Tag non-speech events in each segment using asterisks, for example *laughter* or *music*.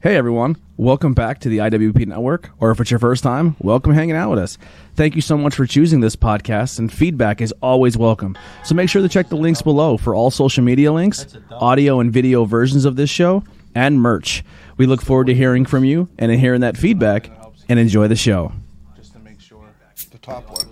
Hey everyone, welcome back to the IWP Network, or if it's your first time, welcome hanging out with us. Thank you so much for choosing this podcast, and feedback is always welcome. So make sure to check the links below for all social media links, audio and video versions of this show, and merch. We look forward to hearing from you and hearing that feedback, and enjoy the show. just to make sure the top one.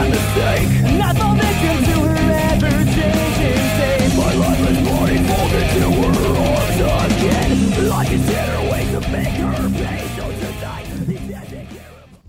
Nothing that can do her ever changing state. My life is body folded to her arms again. Like a dinner way to make her pay. So tonight, he doesn't care.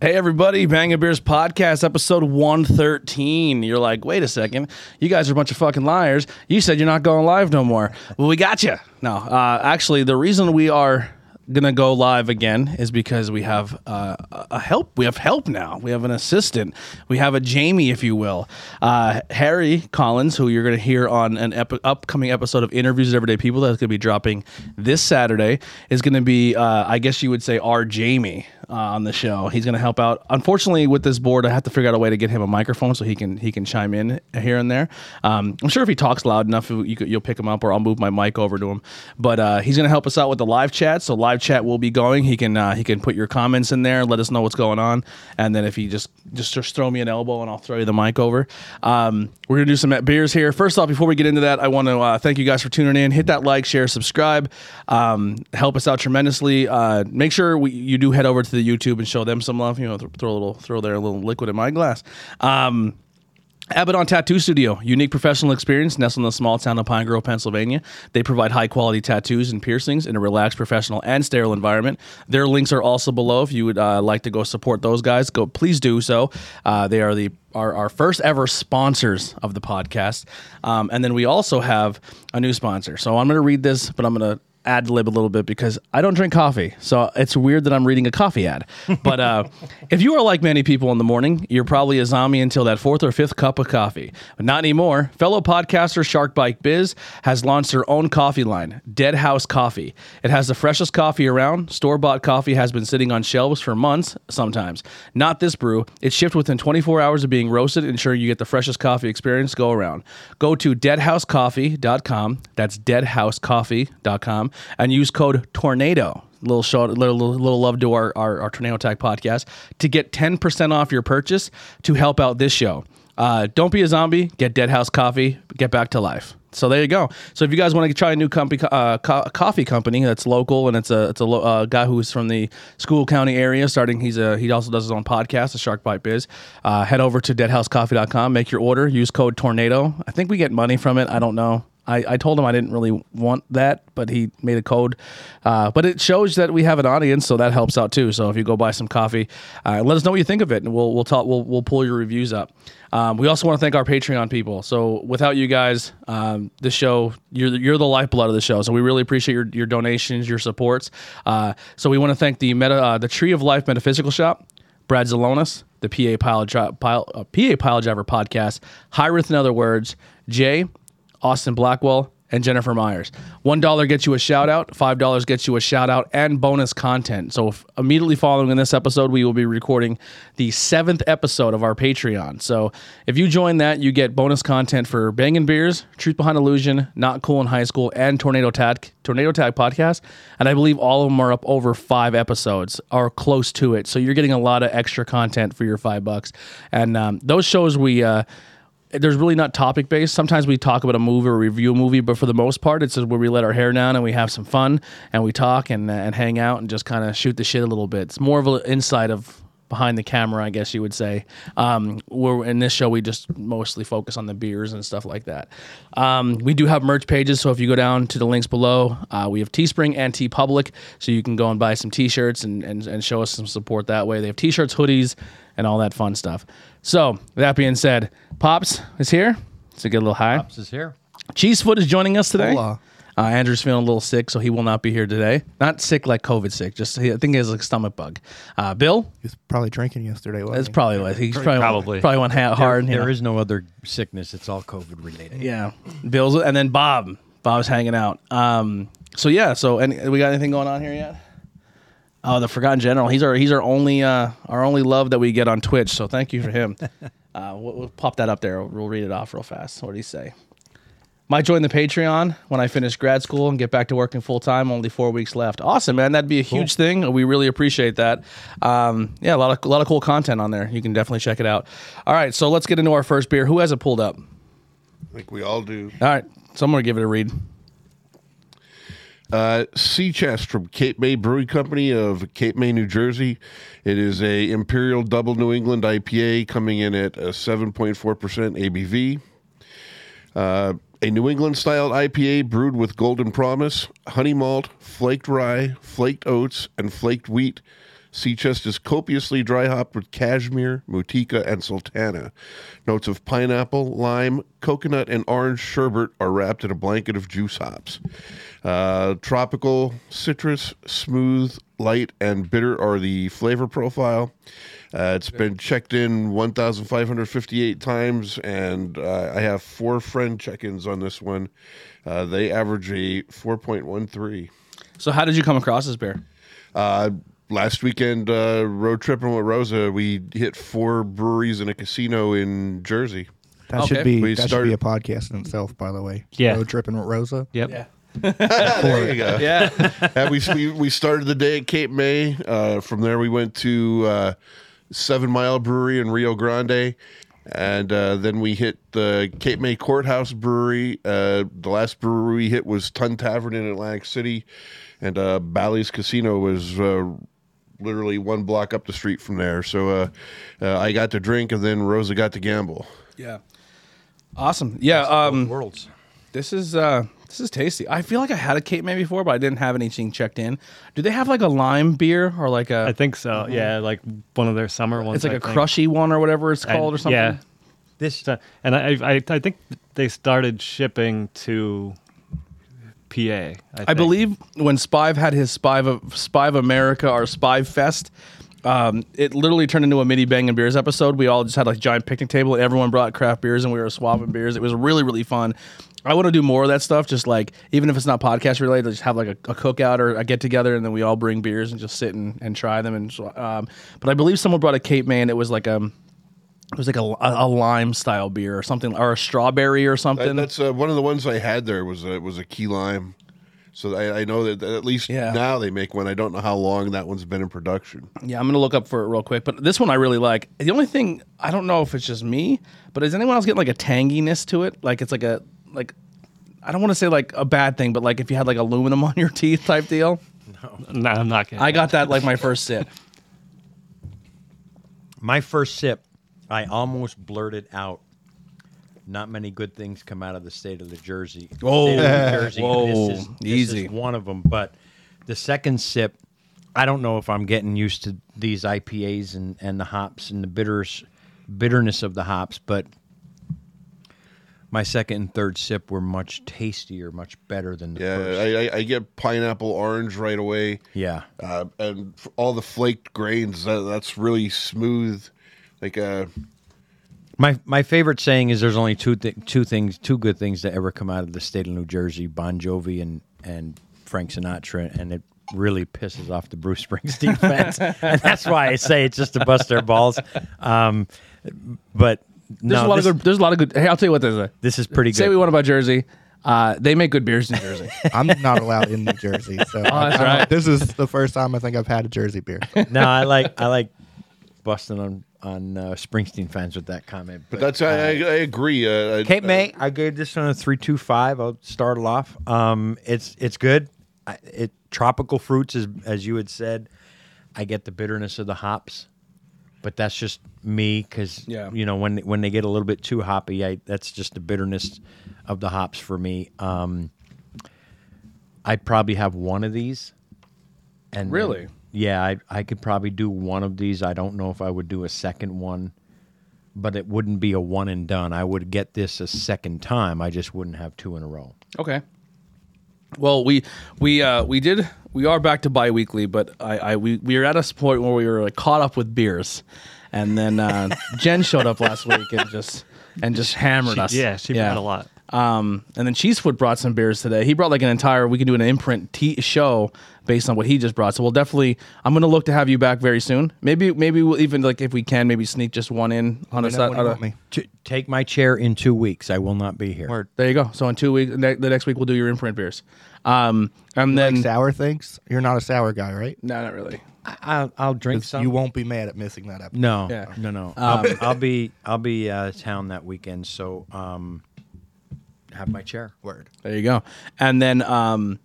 Hey everybody, Bang and Beers podcast episode 113. You're like, wait a second, you guys are a bunch of fucking liars. You said you're not going live no more. Well, we got you. No, uh, actually, the reason we are gonna go live again is because we have uh, a a help. We have help now. We have an assistant. We have a Jamie, if you will, uh, Harry Collins, who you're gonna hear on an ep- upcoming episode of Interviews with Everyday People that's gonna be dropping this Saturday. Is gonna be, uh, I guess you would say, our Jamie uh, on the show. He's going to help out. Unfortunately, with this board, I have to figure out a way to get him a microphone so he can he can chime in here and there. Um, I'm sure if he talks loud enough, you, could- you'll pick him up, or I'll move my mic over to him. But uh, he's going to help us out with the live chat. So live chat will be going. He can uh, he can put your comments in there, let us know what's going on, and then if you just just just throw me an elbow and I'll throw you the mic over. Um, we're gonna do some at beers here. First off, before we get into that, I want to uh, thank you guys for tuning in. Hit that like, share, subscribe. Um, help us out tremendously. Uh, make sure we, you do head over to the YouTube and show them some love. You know, th- throw a little throw their little liquid in my glass. Um, Abaddon Tattoo Studio, unique professional experience nestled in the small town of Pine Grove, Pennsylvania. They provide high quality tattoos and piercings in a relaxed, professional, and sterile environment. Their links are also below if you would uh, like to go support those guys. Go, please do so. Uh, they are the are our first ever sponsors of the podcast, um, and then we also have a new sponsor. So I'm going to read this, but I'm going to ad lib a little bit because I don't drink coffee. So it's weird that I'm reading a coffee ad. But uh, if you are like many people in the morning, you're probably a zombie until that fourth or fifth cup of coffee. But not anymore. Fellow podcaster Shark Bike Biz has launched their own coffee line, Dead House Coffee. It has the freshest coffee around. Store bought coffee has been sitting on shelves for months sometimes. Not this brew. It's shipped within 24 hours of being roasted, ensuring you get the freshest coffee experience go around. Go to deadhousecoffee.com. That's deadhousecoffee.com and use code tornado. Little shout, little, little little love to our, our our tornado tag podcast to get 10% off your purchase to help out this show. Uh, don't be a zombie. Get Deadhouse Coffee. Get back to life. So there you go. So if you guys want to try a new company, uh, co- coffee company that's local and it's a it's a lo- uh, guy who's from the School County area. Starting, he's a he also does his own podcast, the Shark Bite Biz. Uh, head over to deadhousecoffee.com. Make your order. Use code Tornado. I think we get money from it. I don't know. I, I told him I didn't really want that, but he made a code. Uh, but it shows that we have an audience, so that helps out too. So if you go buy some coffee, uh, let us know what you think of it, and we'll we'll talk. We'll we'll pull your reviews up. Um, we also want to thank our Patreon people. So without you guys, um, the show you're the- you're the lifeblood of the show. So we really appreciate your, your donations, your supports. Uh, so we want to thank the meta uh, the Tree of Life Metaphysical Shop, Brad Zelonis, the PA Pile, Dri- Pile uh, PA Pile Driver Podcast, Hyrith in other words, Jay. Austin Blackwell, and Jennifer Myers. $1 gets you a shout out, $5 gets you a shout out and bonus content. So, if immediately following in this episode, we will be recording the seventh episode of our Patreon. So, if you join that, you get bonus content for Bangin' Beers, Truth Behind Illusion, Not Cool in High School, and Tornado Tag, Tornado Tag Podcast. And I believe all of them are up over five episodes or close to it. So, you're getting a lot of extra content for your five bucks. And um, those shows we, uh, there's really not topic based. Sometimes we talk about a movie or review a movie, but for the most part, it's just where we let our hair down and we have uh, some fun and we talk and and hang out and just kind of shoot the shit a little bit. It's more of an insight of behind the camera, I guess you would say. Um, we're in this show, we just mostly focus on the beers and stuff like that. Um, we do have merch pages, so if you go down to the links below, uh, we have Teespring and TeePublic, so you can go and buy some T-shirts and, and and show us some support that way. They have T-shirts, hoodies, and all that fun stuff. So with that being said, Pops is here. It's a good little high. This is here. Cheesefoot is joining us today. Hola. Uh, Andrew's feeling a little sick, so he will not be here today. Not sick like COVID sick, just he, I think he has like stomach bug. Uh, Bill, He was probably drinking yesterday. Wasn't that's he? probably what he's probably Probably. probably went ha- hard. There yeah. is no other sickness. It's all COVID related. yeah, Bill's and then Bob. Bob's hanging out. Um, so yeah, so and we got anything going on here yet? Oh, the Forgotten General. He's our he's our only uh, our only love that we get on Twitch. So thank you for him. uh, we'll, we'll pop that up there. We'll read it off real fast. What did he say? Might join the Patreon when I finish grad school and get back to working full time. Only four weeks left. Awesome, man. That'd be a huge thing. We really appreciate that. Um, yeah, a lot of a lot of cool content on there. You can definitely check it out. All right, so let's get into our first beer. Who has it pulled up? Like we all do. All right, someone give it a read. Uh, sea chest from Cape May Brewing Company of Cape May, New Jersey. It is a Imperial Double New England IPA coming in at uh, a 7.4% ABV. Uh, a New England style IPA brewed with golden promise, honey malt, flaked rye, flaked oats, and flaked wheat. Sea chest is copiously dry hopped with cashmere, mutica, and sultana. Notes of pineapple, lime, coconut, and orange sherbet are wrapped in a blanket of juice hops. Uh, tropical, citrus, smooth, light, and bitter are the flavor profile. Uh, it's been checked in 1,558 times, and uh, I have four friend check ins on this one. Uh, they average a 4.13. So, how did you come across this beer? Uh, last weekend, uh, road tripping with Rosa, we hit four breweries and a casino in Jersey. That Okay. should be We that started- should be a podcast in itself, by the way. Yeah. Road tripping with Rosa. Yep. There you go. Yeah, *laughs* and we, we we started the day at Cape May. Uh, from there, we went to uh, Seven Mile Brewery in Rio Grande, and uh, then we hit the Cape May Courthouse Brewery. Uh, the last brewery we hit was Tun Tavern in Atlantic City, and uh, Bally's Casino was. Uh, Literally one block up the street from there, so uh, uh, I got to drink, and then Rosa got to gamble. yeah, awesome. Yeah, um, Worlds. this is uh, this is tasty. I feel like I had a Cape May before, but I didn't have anything checked in. Do they have like a lime beer or like a? I think so. Yeah, like one of their summer ones. Mm-hmm. it's like a a crushy one or whatever it's called or something. Yeah, This So- and I, I I think they started shipping to PA. I, I think. believe when Spive had his Spive of Spive America or Spive Fest, um, it literally turned into a mini Bang and Beers episode. We all just had like a giant picnic table and everyone brought craft beers and we were swapping beers. It was really really fun. I want to do more of that stuff. Just like even if it's not podcast related, just have like a, a cookout or a get together, and then we all bring beers and just sit and, and try them. And so, um, but I believe someone brought a Cape May and it was like um, it was like a, a lime style beer or something or a strawberry or That- something. that's uh, one of the ones I had there was a, was a key lime. So I, I know that, that at least Yeah. now they make one. I don't know how long that one's been in production. Yeah, I'm gonna look up for it real quick. But this one I really like. The only thing I don't know if it's just me, but is anyone else getting like a tanginess to it? Like it's like a like I don't want to say like a bad thing, but like if you had like aluminum *laughs* on your teeth type deal. No, I'm not kidding. I got that like my first sip. My first sip, I almost blurted out. Not many good things come out of the state of the Jersey. Whoa. state of New Jersey. Whoa. This is, this Easy. is one of them. But the second sip, I don't know if I'm getting used to these IPAs and, and the hops and the bitters, bitterness of the hops, but my second and third sip were much tastier, much better than the Yeah, first. I, I, I get pineapple orange right away. yeah. Uh, and f- all the flaked grains, that, that's really smooth. Like, uh, My my favorite saying is there's only two th- two things two good things that ever come out of the state of New Jersey: Bon Jovi and and Frank Sinatra, and it really pisses off the Bruce *laughs* Springsteen fans, and that's why I say it's just to bust their balls. Um, but There's a no, lot this, of good. There's a lot of good. Hey, I'll tell you what. There's a this is pretty say good. we want about Jersey. Uh, they make good beers in Jersey. *laughs* I'm not allowed in New Jersey, so that's I don't- right. This is the first time I think I've had a Jersey beer. no, I like I like busting on on uh, Springsteen fans with that comment. but that's, I, I, I agree. Uh, I- Cape uh, May, I gave this one a three two five. I'll start it off. Um, it's it's good. I, it tropical fruits as as you had said. I get the bitterness of the hops. but that's just me because Yeah. you know when when they get a little bit too hoppy, I that's just the bitterness of the hops for me. Um, I probably have one of these, and Really? yeah, I I could probably do one of these. I don't know if I would do a second one, but it wouldn't be a one and done. I would get this a second time. I just wouldn't have two in a row. *laughs* Okay. Well, we we uh, we did we are back to biweekly, but I, I we we were at a point where we were like, caught up with beers, and *laughs* then uh, Jen showed up last week and just and just hammered She- us. yeah, she brought a lot. Um, and then Cheesefoot brought some beers today. He brought like an entire. We can do an imprint t- show based on what he just brought. So we'll definitely. I'm gonna look to have you back very soon. Maybe maybe we'll even like if we can maybe sneak just one in on You a know side. what on a- about me? T- take my chair in two weeks. I will not be here. Word. There you go. So in two weeks, ne- the next week we'll do your imprint beers. Um, and then Like sour things. You're not a sour guy, right? no, not really. I, I'll, I'll drink some. Um, You won't be mad at missing that episode. No, Yeah. no, no. I'll, I'll be I'll be out of town that weekend, so um, have my chair. Word. There you go. And then um,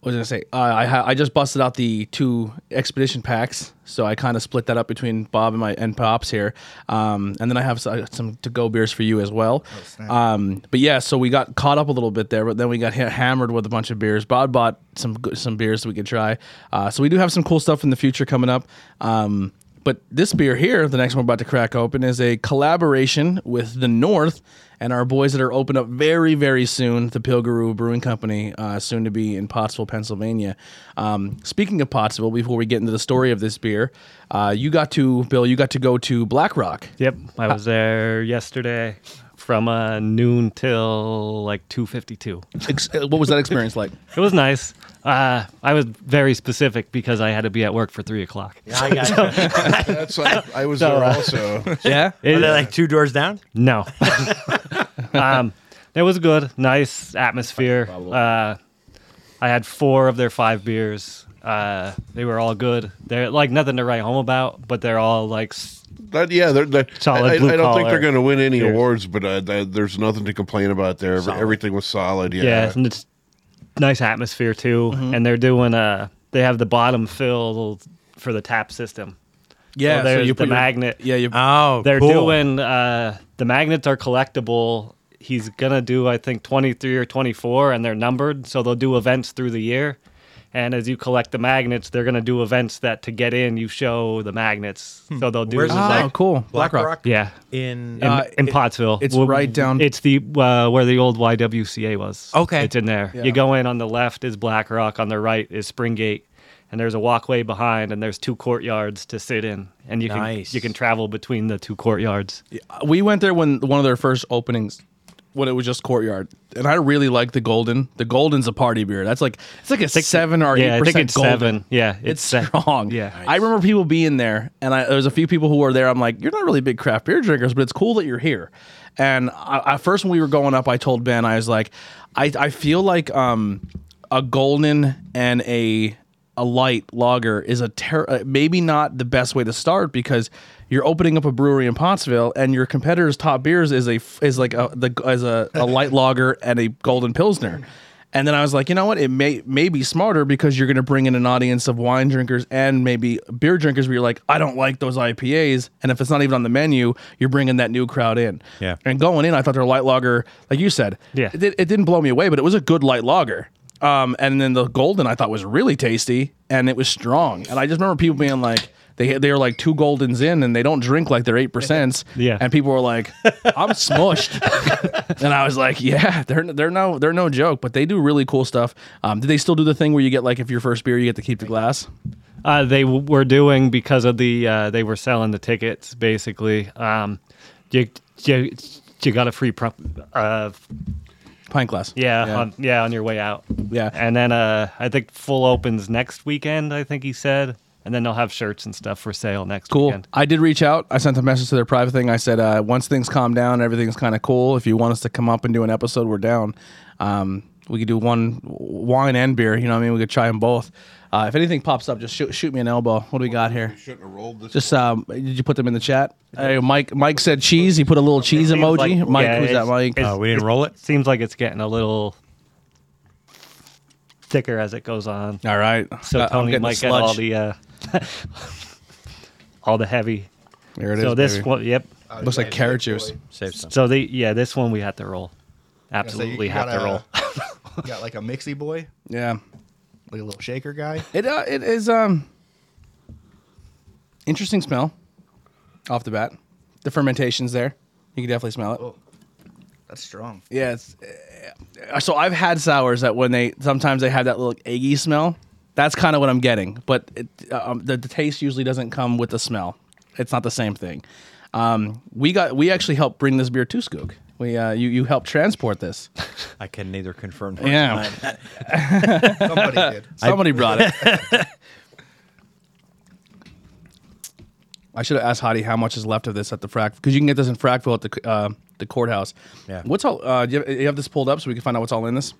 what was I gonna say? Uh, I ha- I just busted out the two expedition packs, so I kind of split that up between Bob and my and pops here. Um, and then I have some, some to go beers for you as well. Oh, snap. um, but yeah, so we got caught up a little bit there, but then we got hit, hammered with a bunch of beers. Bob bought some good- some beers that we could try. Uh, so we do have some cool stuff in the future coming up. Um, but this beer here, the next one we're about to crack open, is a collaboration with the North and our boys that are open up very, very soon. The Pilgrim Brewing Company, uh, soon to be in Pottsville, Pennsylvania. Um, speaking of Pottsville, before we get into the story of this beer, uh, you got to Bill, you got to go to Black Rock. Yep, I was there yesterday from uh, noon till like two fifty two. Ex- uh, what was that experience like? It was nice. Uh, I was very specific because I had to be at work for three o'clock. I got That's like, I was there also. yeah, It- like two doors down. No. *laughs* um, it was good. Nice atmosphere. Uh, I had four of their five beers. Uh, they were all good. They're like nothing to write home about, but they're all like, s- That- yeah, they're, they're, Solid I, I blue don't think collar they're going to win any beers. awards, but uh, th- there's nothing to complain about there. Every- Everything was solid. Yeah. yeah, and it's nice atmosphere too. Mm-hmm. And they're doing, uh, they have the bottom filled for the tap system. yeah. there's the your- magnet. Yeah, you, Um, Oh, They're cool. doing, uh, the magnets are collectible. He's going to do, I think, 23 or 24, and they're numbered. So they'll do events through the year. And as you collect the magnets, they're going to do events that to get in, you show the magnets. So they'll do. Where's this oh, Black- cool. Black Rock. Yeah. in. In, Uh, in it- Pottsville. it's right down- It's the uh, where the old YWCA was. Okay. It's in there. Yeah. You go in on the left is Black Rock, on the right is Springgate, and there's a walkway behind, and there's two courtyards to sit in, and you Nice. can you can travel between the two courtyards. we went there when one of their first openings when it was just courtyard and i really like the golden the golden's a party beer that's like it's like a seven or yeah, eight I think percent it's seven. Yeah, it's se- strong Yeah. i remember people being there and I, there was a few people who were there i'm like you're not really big craft beer drinkers but it's cool that you're here and I, I first when we were going up i told ben i was like i, I feel like um a golden and a a light lager is a ter- uh, maybe not the best way to start because you're opening up a brewery in Pottsville and your competitor's top beers is a f- is like a the as a, a light lager and a golden pilsner. And then I was like, you know what? It may may be smarter because you're going to bring in an audience of wine drinkers and maybe beer drinkers. Where you're like, I don't like those IPAs, and if it's not even on the menu, you're bringing that new crowd in. Yeah. And going in, I thought their light lager, like you said, Yeah. it, did- it didn't blow me away, but it was a good light lager. Um, and then the golden I thought was really tasty and it was strong. And I just remember people being like, they they were like two goldens in and they don't drink like they're eight percents. *laughs* Yeah. And people were like, I'm smushed. *laughs* and I was like, yeah, they're they're no they're no joke, but they do really cool stuff. Um, did they still do the thing where you get like if your first beer you get to keep the glass? Uh, they w- were doing because of the uh, they were selling the tickets basically. Um, you you, you got a free prop, uh, Pint glass. yeah Yeah. yeah. On, yeah on your way out. Yeah. and then uh, I think full opens next weekend. I think he said, and then they'll have shirts and stuff for sale next Cool. weekend. I did reach out. I sent a message to their private thing. I said, uh, once things calm down, everything's kind of cool. If you want us to come up and do an episode, we're down. Um, we could do one w- wine and beer. You know what I mean? We could try them both. Uh, if anything pops up, just shoot, shoot me an elbow. What do we got here? Shouldn't have rolled this. Just um, did you put them in the chat? Hey, Mike. Mike said cheese. He put a little cheese Seems emoji. like- Mike, yeah, who's it's- that? Mike. it's- Oh, we didn't it roll it? Seems like it's getting a little thicker as it goes on. All right. So Uh, I'm Tony getting might get sludge. *laughs* all the uh, all the heavy There it is. so this baby. one, yep. Uh, looks like carrot juice. Save some. So the yeah, this one we had to roll. Absolutely have to roll. you got like a mixy boy, Yeah. like a little shaker guy. It uh, it is um interesting smell off the bat. The fermentation's there. You can definitely smell it. That's strong. Yeah, it's, uh, so I've had sours that when they sometimes they have that little eggy smell. That's kind of what I'm getting, but it, um, the, the taste usually doesn't come with the smell. It's not the same thing. Um, we got we actually helped bring this beer to Skook. We uh, you you helped transport this. I can neither confirm. nor Yeah. deny. Somebody did. Somebody brought it. I should have asked Hottie how much is left of this at the frac because you can get this in Frackville at the uh, the courthouse. Yeah. What's all? Uh, do you, have, you have this pulled up so we can find out what's all in this.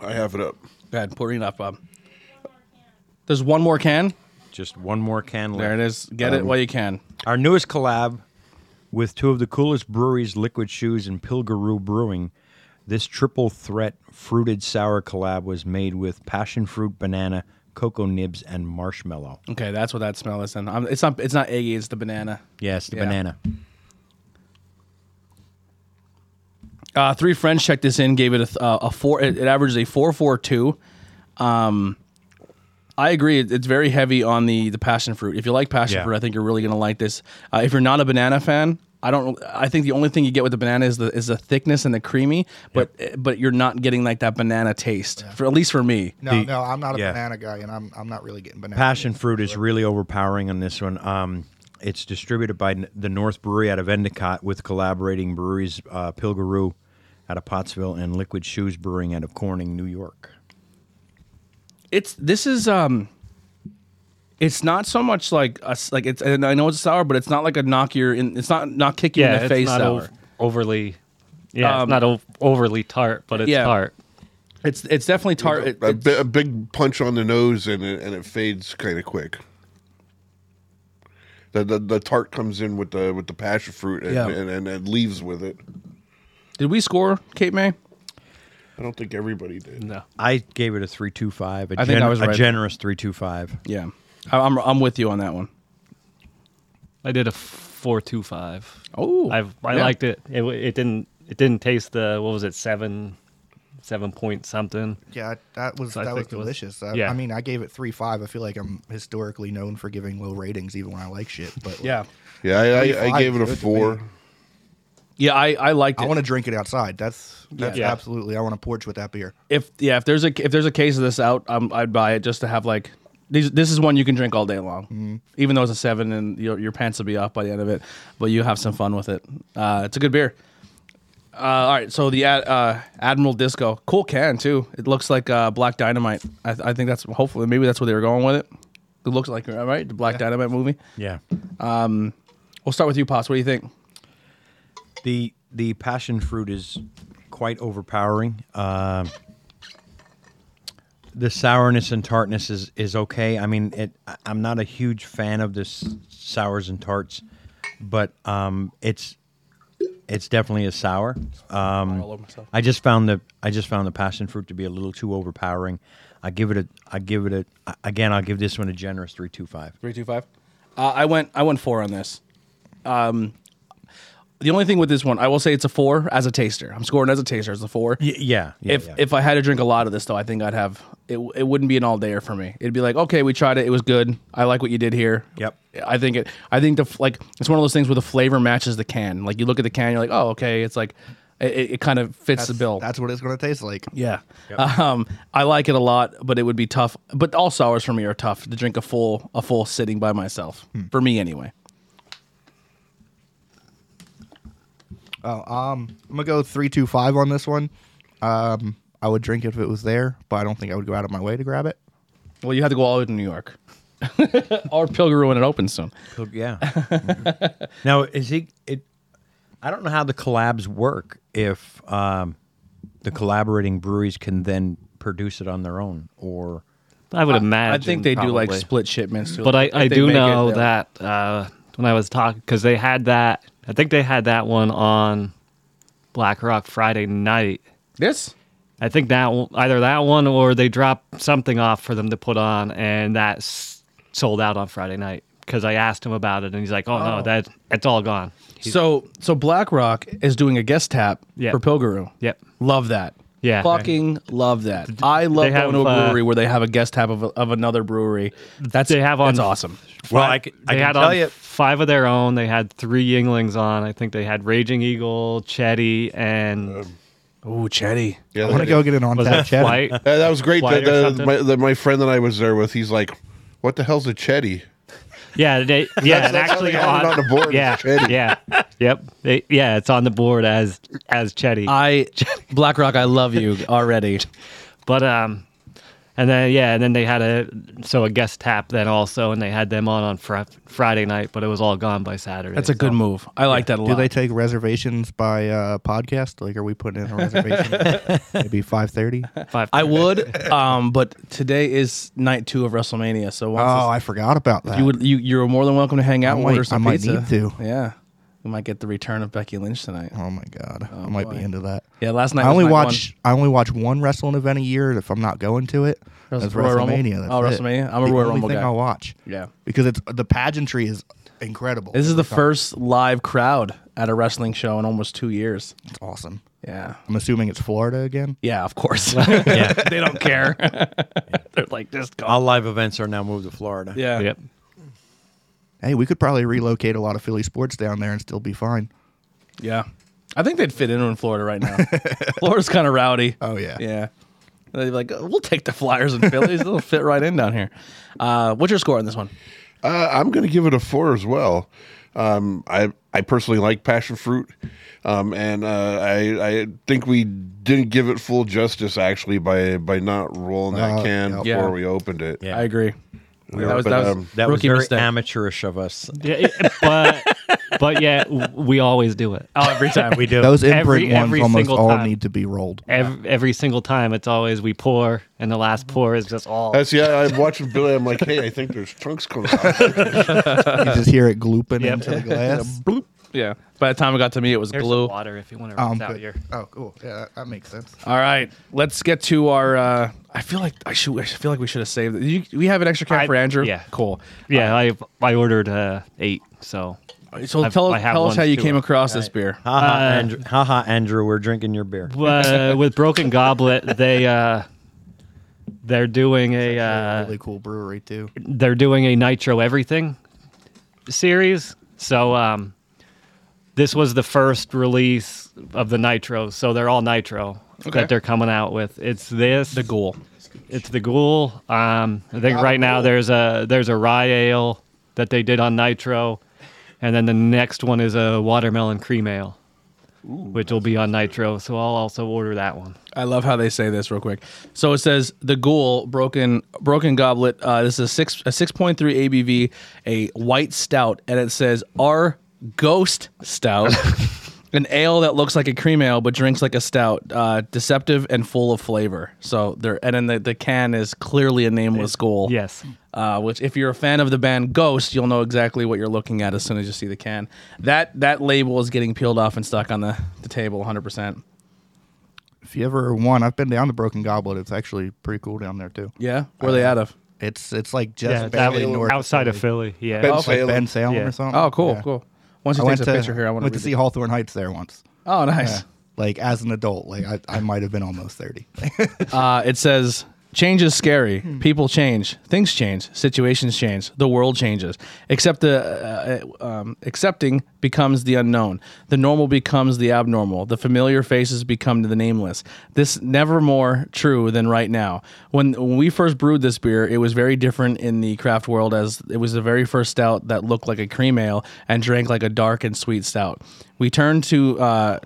I have it up. Go ahead, pour it up, Bob. There's one more can. Just one more can left. There it is. Get Um, it while you can. Our newest collab with two of the coolest breweries, Liquid Shoes and Pilgaroo Brewing. This triple threat fruited sour collab was made with passion fruit, banana, cocoa nibs, and marshmallow. Okay, that's what that smell is. And I'm, it's not it's not eggy. It's the banana. Yes, the Yeah. banana. Uh, three friends checked this in, gave it a, th- uh, a four. It, it averages a four four two. Um, I agree. It, it's very heavy on the the passion fruit. If you like passion Yeah. fruit, I think you're really gonna like this. Uh, if you're not a banana fan, I don't. I think the only thing you get with the banana is the is the thickness and the creamy, but but you're not getting like that banana taste. For at least for me, No, The- no, I'm not a yeah. banana guy, and I'm I'm not really getting banana. Passion fruit is really overpowering on this one. Um, it's distributed by N- the North Brewery out of Endicott with collaborating breweries uh, Pilgaroo out of Pottsville and Liquid Shoes Brewing out of Corning, New York. it's this is um it's not so much like us like it's and I know it's sour, but it's not like a knock your in it's not not kick you Yeah, in the face it's not sour. ov- overly. Yeah, Um, it's not o- overly tart, but it's Yeah. tart. It's it's definitely tart. It, A, it's- bi- a big punch on the nose and it, and it fades kind of quick. The, the the tart comes in with the with the passion fruit and Yeah. and, and, and leaves with it. did we score Kate May? I don't think everybody did. No. I gave it a three two five. I think I was a right. generous three two five. Yeah, I, I'm I'm with you on that one. I did a four two five. Oh, I've I yeah. liked it. It wa- it didn't it didn't taste the what was it seven seven point something. Yeah, that was I that was think it was- delicious. I, yeah. I mean, I gave it three five. I feel like I'm historically known for giving low ratings, even when I like shit. But like, Yeah, Yeah, I, Three I, I five, gave it a good to four. me. yeah, I I liked it. I want to drink it outside. That's that's Yeah. absolutely. I want a porch with that beer. if yeah if there's a if there's a case of this out, um, I'd buy it just to have like. These, this is one you can drink all day long, even though it's a seven and your, your pants will be off by the end of it. But you have some fun with it. Uh, it's a good beer. Uh, all right, so the ad, uh, Admiral Disco, cool can too. It looks like uh, Black Dynamite. I, th- I think that's hopefully maybe that's where they were going with it. It looks like right the Black Dynamite movie. Yeah. We'll start with you, Pops. What do you think? The the passion fruit is quite overpowering. Um the sourness and tartness is, is okay. I mean, it. I- I'm not a huge fan of this sours and tarts, but um, it's it's definitely a sour. Um, all over myself. I just found the I just found the passion fruit to be a little too overpowering. I give it a I give it a I- again. I'll give this one a generous three two five. Three, two, five. Uh, I went. I went four on this. Um, the only thing with this one, I will say it's a four as a taster. I'm scoring as a taster as a four. Y- yeah, yeah. if yeah. if I had to drink a lot of this though, I think I'd have it. It wouldn't be an all dayer for me. It'd be like, okay, we tried it. It was good. I like what you did here. Yep. I think it. I think the f- like it's one of those things where the flavor matches the can. Like you look at the can, you're like, oh, okay. It's like it- it, it kind of fits the bill. That's what it's gonna taste like. Yeah. Um, I like it a lot, but it would be tough. But all sours for me are tough to drink a full a full sitting by myself. Hmm. For me anyway. I'm gonna go three two five on this one. Um, I would drink it if it was there, but I don't think I would go out of my way to grab it. Well, you have to go all the way to *laughs* New York. or Pilgrim when it opens soon. Cook- *laughs* Yeah. now is he? It. I don't know how the collabs work. If um, the collaborating breweries can then produce it on their own, or I would imagine. I think they do like probably. split shipments too. But I, If I they do make it, know they'll- that uh, when I was talking, because they had that, I think they had that one on Black Rock Friday night. this I think that one- either that one or they dropped something off for them to put on, and that s- sold out on Friday night because I asked him about it, and he's like, "Oh, no, that it's all gone." So so BlackRock is doing a guest tap Yeah. for Pilgrim. Yep. Love that. Yeah. Fucking love that. I love they have, going to a uh, brewery where they have a guest tap of, of another brewery. That's They have on- that's awesome. Well, I, c- I they can had tell on you. five of their own. They had three Yinglings on. I think they had Raging Eagle, Chetty, and Ooh, Chetty. Yeah, I want to go get an on was tap that chat. Flight? Uh, that was great. Flight That, or that- something? my, that my friend that I was there with, he's like, "What the hell's a chetty?" Yeah, they, yeah, *laughs* and that's how actually they had it on the board, Yeah, it's Chetty. yeah, yep. They, yeah, it's on the board as as Chetty. I BlackRock, I love *laughs* you already. But um, and then yeah, and then they had a so a guest tap then also, and they had them on on fr- Friday night, but it was all gone by Saturday. That's a good move. I like that a lot. Do they take reservations by uh, podcast? Like, are we putting in a *laughs* reservation? Maybe five thirty. Oh, Five, I would, um, but today is night two of WrestleMania, so once this- Oh, I forgot about that. you would you you're more than welcome to hang out I and might- order some I might pizza. need to. Yeah, we might get the return of Becky Lynch tonight. oh my god, I might be boy. into that. Yeah, last night I was only night one. watch I only watch one wrestling event a year. and If I'm not going to it, That's that's Royal Rumble? WrestleMania. That's Oh, it. WrestleMania? I'm a the Royal only Rumble thing guy. I'll watch. Yeah. because it's the pageantry is incredible. This is the It's first live crowd at a wrestling show in almost two years. awesome. Yeah. I'm assuming it's Florida again. Yeah, of course. *laughs* yeah. They don't care. They're like, just go. All live events are now moved to Florida. Yeah. Yep. Hey, we could probably relocate a lot of Philly sports down there and still be fine. Yeah. I think they'd fit in in Florida *laughs* right now. Florida's kind of rowdy. Oh, yeah. Yeah. They'd be like, "Oh, we'll take the Flyers *laughs* and Phillies. They'll fit right in down here. Uh, what's your score on this one? Uh, I'm going to give it a four as well. Um, I I personally like passion fruit, um, and uh, I I think we didn't give it full justice actually by by not rolling that Uh, can yep. before Yeah. we opened it. Yeah. I agree. Yeah, that was, but, that was, um, That rookie was very mistake. amateurish of us. Yeah, it- but but yeah, w- we always do it. oh, every time. *laughs* We do. Those imprint Every- ones every almost single all time. need to be rolled. Every, every single time, it's always we pour, and the last Mm-hmm. pour is just all. That's yeah. I'm watching Billy. I'm like, hey, I think there's trunks Uh, coming out. You just hear it glooping Yep. *laughs* into the glass. Bloop. Yeah. By the time it got to me, it was There's glue. some water if you want to Um, rinse out but- your. oh, cool. Yeah, that, that makes sense. All right, let's get to our. Uh, I feel like I should. I feel like we should have saved it. You, we have an extra can I- for Andrew. yeah. cool. Yeah, I I ordered uh, eight, so So I've- tell, I have tell us one how you too. came across this beer. Ha ha, Andrew, ha ha, Andrew. We're drinking your beer. uh, with Broken Goblet, they uh, they're doing a uh, really cool brewery too. they're doing a Nitro Everything series. So um, this was the first release of the Nitro, so they're all Nitro Okay. that they're coming out with. It's this The Ghoul. It's the Ghoul. Um, I think right now there's a there's a rye ale that they did on Nitro, and then the next one is a watermelon cream ale. Which will be on Nitro, so I'll also order that one. I love how they say this real quick. So it says the Ghoul broken broken goblet. Uh, this is a six a six point three ABV, a white stout, and it says our ghost stout. An ale that looks like a cream ale but drinks like a stout, uh, deceptive and full of flavor. So there, and then the, the can is clearly a nameless ghoul. Yes, uh, which if you're a fan of the band Ghost, you'll know exactly what you're looking at as soon as you see the can. That that label is getting peeled off and stuck on the, the table 100%. If you ever want, I've been down the Broken Goblet. It's actually pretty cool down there too. Yeah, where are they out of? It's it's like just yeah, that barely was north outside of Philly. Yeah, Ben It's like Salem. Ben Salem Yeah. or something. Oh, cool, Yeah. cool. Once I he went takes a to picture here, I want went to to see Hawthorne Heights there once. Oh, nice. Like as an adult, like I, I might have been almost thirty. *laughs* Uh, it says change is scary. Hmm. People change, things change, situations change, the world changes. Except the uh, uh, um, accepting becomes the unknown. The normal becomes the abnormal. The familiar faces become the nameless. This never more true than right now. When when we first brewed this beer, it was very different in the craft world as it was the very first stout that looked like a cream ale and drank like a dark and sweet stout. We turned to uh,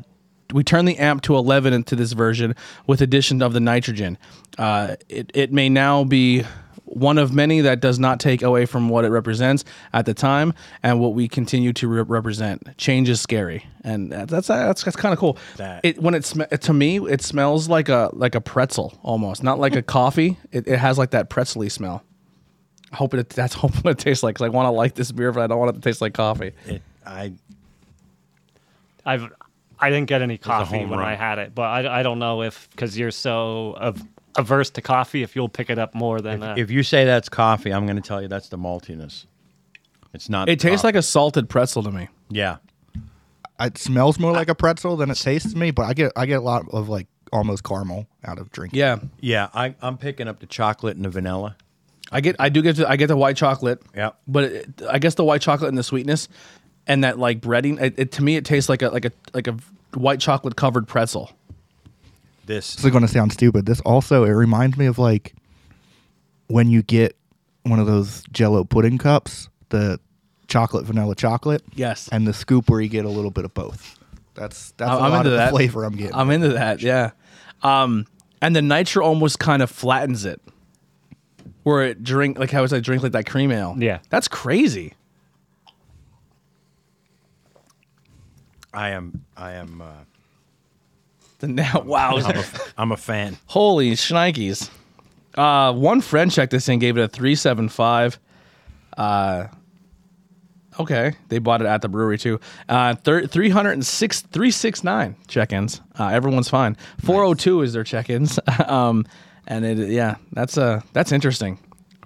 we turn the amp to 11 into this version with addition of the nitrogen. Uh, it, it may now be one of many that does not take away from what it represents at the time and what we continue to re- represent. Change is scary, and that- that's that's, that's kind of cool. It when it sm- to me it smells like a like a pretzel almost, not like a coffee. It, it has like that pretzely smell. I hope it that's *laughs* hoping it tastes like. 'cause I want to like this beer, but I don't want it to taste like coffee. It, I I've I didn't get any coffee home when run. I had it, but I, I don't know if because you're so av- averse to *laughs* coffee, if you'll pick it up more than uh, if you say that's coffee, I'm going to tell you that's the maltiness. It's not. It tastes pop. like a salted pretzel to me. yeah. It smells more like a pretzel than it tastes to me, but I get I get a lot of like almost caramel out of drinking. Yeah, Yeah, I, I'm picking up the chocolate and the vanilla. I get I do get to, I get the white chocolate. Yeah. but it, I guess the white chocolate and the sweetness and that like breading. It, it, to me, it tastes like a like a like a white chocolate covered pretzel. This This is going to sound stupid. This also it reminds me of like when you get one of those Jello pudding cups, the chocolate vanilla chocolate. Yes. and the scoop where you get a little bit of both. That's that's a I'm lot into of the that flavor I'm getting. I'm into that. Yeah, um, and the nitro almost kind of flattens it, where it drink like how it's like drink like that cream ale. Yeah. that's crazy. *laughs* I am. I am. Uh, The now wow, I'm, a, I'm a fan. Holy shnikes. Uh, one friend checked this in, gave it a 375. Uh, okay. They bought it at the brewery too. Uh, thir- 306, 369 check ins. Uh, everyone's fine. 402 is their check ins. *laughs* um, and it, yeah, that's, uh, that's interesting.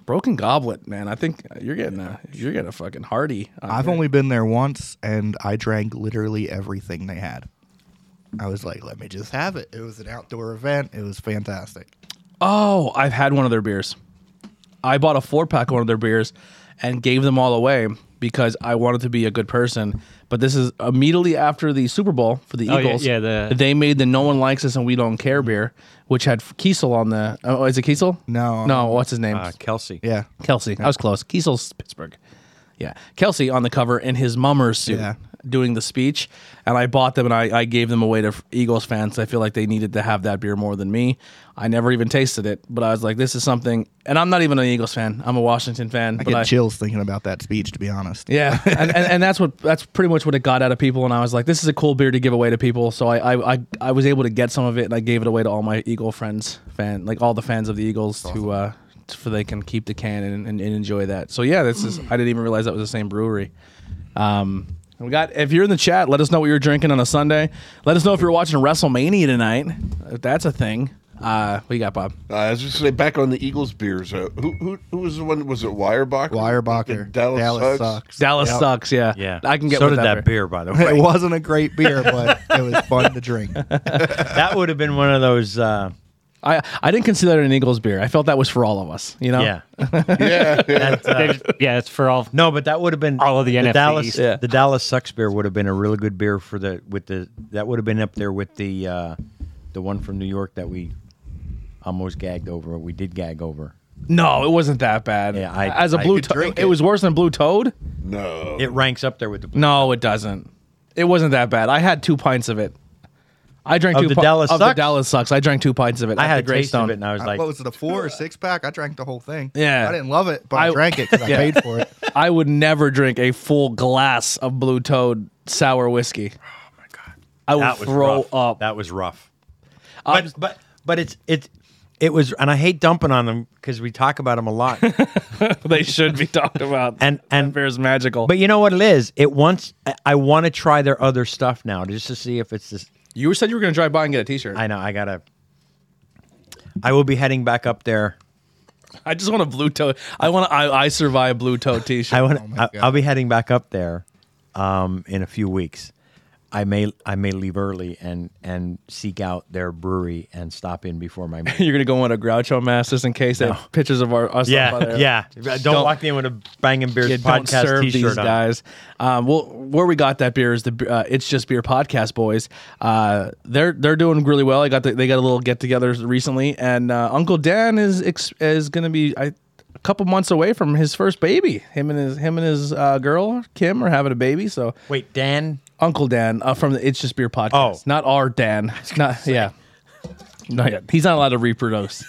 Broken Goblet, man. I think you're getting a you're getting a fucking hearty. uh, on I've here. only been there once, and I drank literally everything they had. I was like, let me just have it. It was an outdoor event. It was fantastic. Oh, I've had one of their beers. I bought a four pack of one of their beers and gave them all away because I wanted to be a good person. But this is immediately after the Super Bowl for the Oh, yeah, Eagles. yeah, the- they made the No One Likes Us and We Don't Care beer, which had Kiesel on the. Oh, is it Kiesel? No. No, what's his name? Ah, Uh, Kelsey. Yeah, Kelsey. I was close. Kiesel's Pittsburgh. Yeah. Kelsey on the cover in his mummer suit Yeah. doing the speech. And I bought them and I, I gave them away to Eagles fans. I feel like they needed to have that beer more than me. I never even tasted it, but I was like, this is something. And I'm not even an Eagles fan. I'm a Washington fan. I but get I, chills thinking about that speech. To be honest, yeah, *laughs* and, and, and that's what that's pretty much what it got out of people. And I was like, this is a cool beer to give away to people. So I I, I, I was able to get some of it, and I gave it away to all my Eagle friends, fan like all the fans of the Eagles, to uh, t- for they can keep the can and, and, and enjoy that. So yeah, this is I didn't even realize that was the same brewery. Um, and we got if you're in the chat, let us know what you're drinking on a Sunday. Let us know if you're watching WrestleMania tonight, if that's a thing. Uh, what you got, Bob? Uh, I was just say back on the Eagles beers. Uh, who, who who was the one? Was it Weyerbacher? Weyerbacher, Dallas, sucks. Dallas sucks. Yeah, Yeah. I can get so with did that that, beer, beer. by the It *laughs* way. wasn't a great beer, but it was fun to *laughs* drink. that would have been one of those. Uh, I I didn't consider it an Eagles beer. I felt that was for all of us. You know. Yeah. *laughs* Yeah, yeah. That, uh, They've- yeah, it's for all. no, but that would have been All of the NFC Dallas. East. Yeah. The Dallas sucks beer would have been a really good beer for the with the that would have been up there with the uh, the one from New York that we almost gagged over. We did gag over. No, it wasn't that bad. Yeah, I- as a I blue could toad, drink it. it. was worse than blue toad. no. It ranks up there with the No, it doesn't. It wasn't that bad. I had two pints of it. I drank Of two the pi- Dallas of the Sucks? Dallas sucks. I drank two pints of it. I at had the a taste of Greystone. it, and I was like, what was it? A four or six pack? I drank the whole thing. Yeah. I didn't love it, but I, I- drank *laughs* it because I Yeah. paid for it. *laughs* I would never drink a full glass of blue toad sour whiskey. Oh my god, I "That would was throw rough. up. That was rough." I'm- But but but it's it's it was, and I hate dumping on them because we talk about them a lot. they should be talked about. *laughs* And and beer's magical. but you know what it is? It wants. I, I want to try their other stuff now just to see if it's this. you said you were going to drive by and get a T-shirt. I, I know I gotta. I will be heading back up there. just want a blue toad. I want a I, I survive *laughs* blue toad T-shirt. I want. Oh my I God. I'll be heading back up there, um, in a few weeks. I may I may leave early and and seek out their brewery and stop in before my meeting. *laughs* You're gonna go on a Groucho mask just in case they have pictures of our us. up on *laughs* yeah there. yeah. Don't, Don't- walk in with a banging beers Yeah, don't podcast serve T-shirt these on. *laughs* guys. Um, well, where we got that beer is the uh, it's just beer podcast boys. Uh, they're they're doing really well. I got the, they got a little get together recently, and uh, Uncle Dan is ex- is going to be I, a couple months away from his first baby. Him and his him and his uh, girl Kim are having a baby. So Wait, Dan. Uncle Dan uh, from the It's Just Beer podcast, Oh. not our *laughs* Dan. Not yeah. Not yet. He's not allowed to reproduce.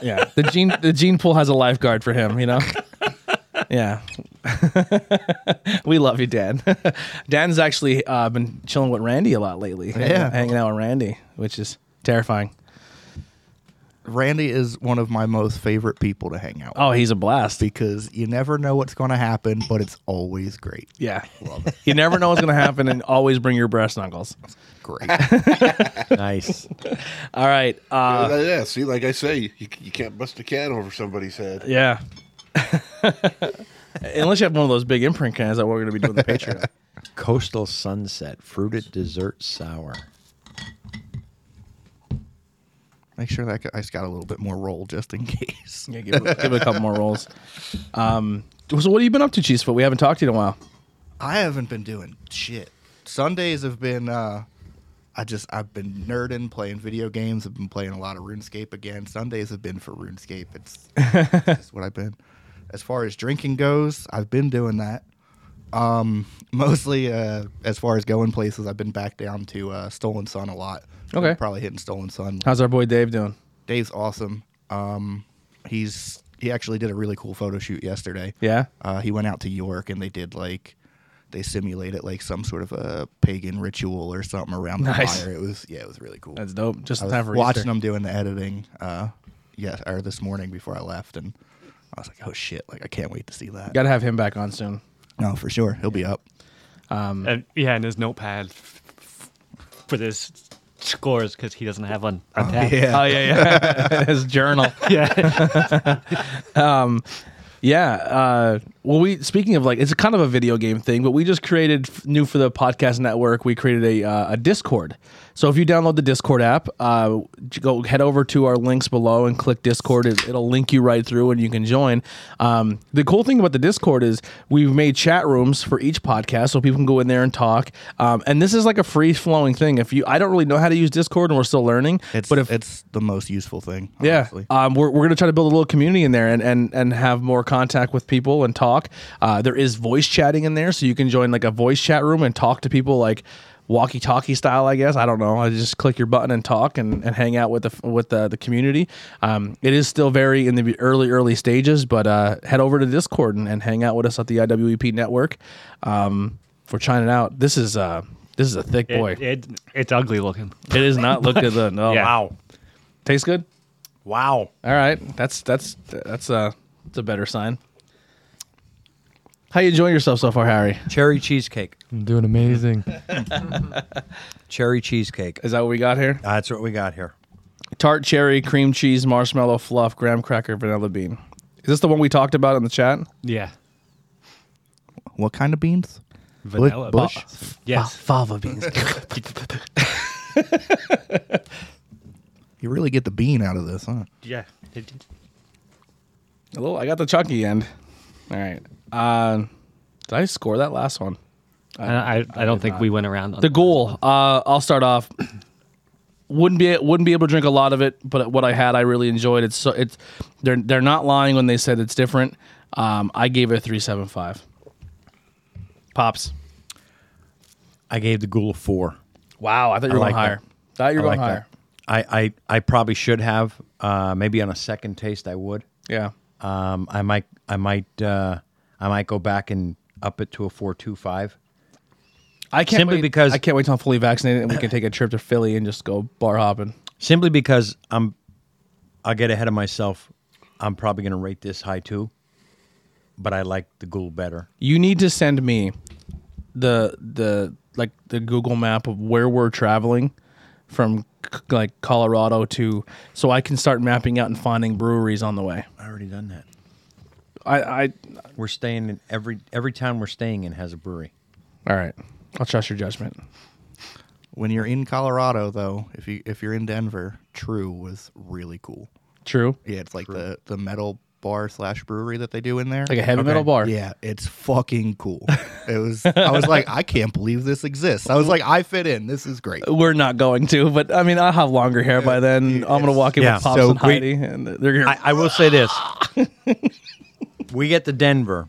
yeah, the gene the gene pool has a lifeguard for him. You know. Yeah, *laughs* we love you, Dan. *laughs* Dan's actually uh, been chilling with Randy a lot lately. Yeah. hanging out with Randy, which is terrifying. Randy is one of my most favorite people to hang out with Oh, he's a blast. because you never know what's going to happen, but it's always *laughs* great. Yeah, you never know what's gonna happen, and always bring your breast knuckles. Great. Nice. All right. Uh, Uh, yeah, see, like I say, you, you can't bust a can over somebody's head. Yeah. *laughs* Unless you have one of those big imprint cans that we're going to be doing the Patreon. Coastal Sunset Fruited Dessert Sour. Make sure that I just got a little bit more roll just in case. Yeah, give, it- give it a couple more rolls. Um, so what have you been up to, Cheesefoot? We haven't talked to you in a while. I haven't been doing shit. Sundays have been. uh I just I've been nerding, playing video games. I've been playing a lot of RuneScape again. Sundays have been for RuneScape. It's that's what I've been. As far as drinking goes, I've been doing that. Um, *laughs* mostly uh, as far as going places, I've been back down to uh, Stolen Sun a lot. Okay. probably hitting Stolen Sun. How's our boy Dave doing? Dave's awesome. Um, he's he actually did a really cool photo shoot yesterday. Yeah. Uh, he went out to York and they did like they simulated like some sort of a pagan ritual or something around the Nice. fire. It was yeah, it was really cool. That's dope. Just I in was time for watching Easter. them doing the editing. Uh, yeah, or this morning before I left, and I was like, oh shit, like I can't wait to see that. Got to have him back on soon. no, for sure, he'll be up. And, yeah, and his notepad f- f- for this scores because he doesn't have one on tap. *laughs* Oh yeah, yeah. His journal. Um, yeah. *laughs* Yeah. Uh, well, we speaking of like, it's kind of a video game thing, but we just created f- new for the podcast network. We created a uh, a Discord. So if you download the Discord app, uh, j- go head over to our links below and click Discord. It, it'll link you right through, and you can join. Um, the cool thing about the Discord is we've made chat rooms for each podcast, so people can go in there and talk. Um, and this is like a free flowing thing. If you, I don't really know how to use Discord, and we're still learning. It's but if it's the most useful thing. honestly. yeah, um, we're, we're going to try to build a little community in there and, and, and have more contact with people and talk. Uh, there is voice chatting in there, so you can join like a voice chat room and talk to people like walkie-talkie style, I guess. I don't know. I just click your button and talk and, and hang out with the with the, the community. Um, it is still very in the early early stages, but uh, head over to Discord and, and hang out with us at the IWEP network. Um, if we're trying it out. This is uh, this is a thick boy. It, it, it's ugly looking. it is not look good *laughs* though. No. Yeah. Wow. Tastes good. Wow. All right, that's that's that's a that's a better sign. How you enjoying yourself so far, Harry? Cherry cheesecake. I'm doing *laughs* *laughs* amazing. Cherry cheesecake. Is that what we got here? Uh, That's what we got here. Tart cherry, cream cheese, marshmallow fluff, graham cracker, vanilla bean. Is this the one we talked about in the chat? Yeah. What kind of beans? Bu- Vanilla Bush. Yes. Fava beans. *laughs* You really get the bean out of this, huh? *laughs* Yeah. a little. I got the chunky end. All right. Uh, did I score that last one? I, I, I don't think we went around. On The ghoul. Uh, I'll start off. Wouldn't be wouldn't be able to drink a lot of it, but what I had, I really enjoyed. It's so it's they're they're not lying when they said it's different. Um, I gave it a three seven five. Pops. I gave the ghoul a four. Wow, I thought you were I like going higher. Thought you I were going like higher. that. I, I, I probably should have. Uh, maybe on a second taste, I would. Yeah. Um, I might I might uh, I might go back and up it to a four two five. I can't Simply wait, because- I can't wait till I'm fully vaccinated and we *laughs* can take a trip to Philly and just go bar hopping. Simply because I'm I'll get ahead of myself. I'm probably gonna rate this high too. But I like the ghoul better. You need to send me the the like the Google map of where we're traveling from c- like Colorado to so I can start mapping out and finding breweries on the way. I already done that. I, I We're staying in every every town we're staying in has a brewery. all right. I'll trust your judgment. When you're in Colorado, though, if you if you're in Denver, True was really cool. True. Yeah, it's like the the metal bar slash brewery that they do in there. Like a heavy metal bar. yeah, it's fucking cool. It was. I was like, I can't believe this exists. I was like, I fit in. This is great. We're not going to, but I mean, I'll have longer hair by then. I'm gonna walk in Yeah. with Pops So and we- Heidi, and they're gonna. I, I will say this. *laughs* we get to Denver.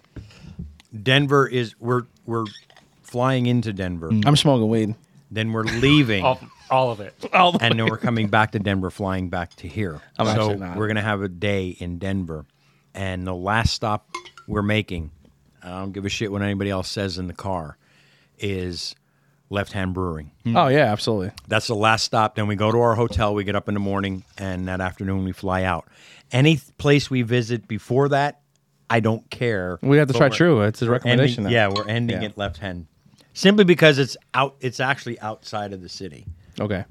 Denver is we're we're flying into Denver. I'm smoking weed. Then we're leaving. all, all of it. and then we're coming back to Denver, flying back to here. I'm so actually not. we're gonna have a day in Denver, and the last stop we're making, I don't give a shit what anybody else says in the car, is Left Hand Brewing. Oh yeah, absolutely. That's the last stop. Then we go to our hotel. We get up in the morning, and that afternoon we fly out. Any th- place we visit before that, I don't care. We have to But try we're True. It's a recommendation. Ending, now. yeah, we're ending Yeah. it Left Hand, simply because it's out. It's actually outside of the city. Okay.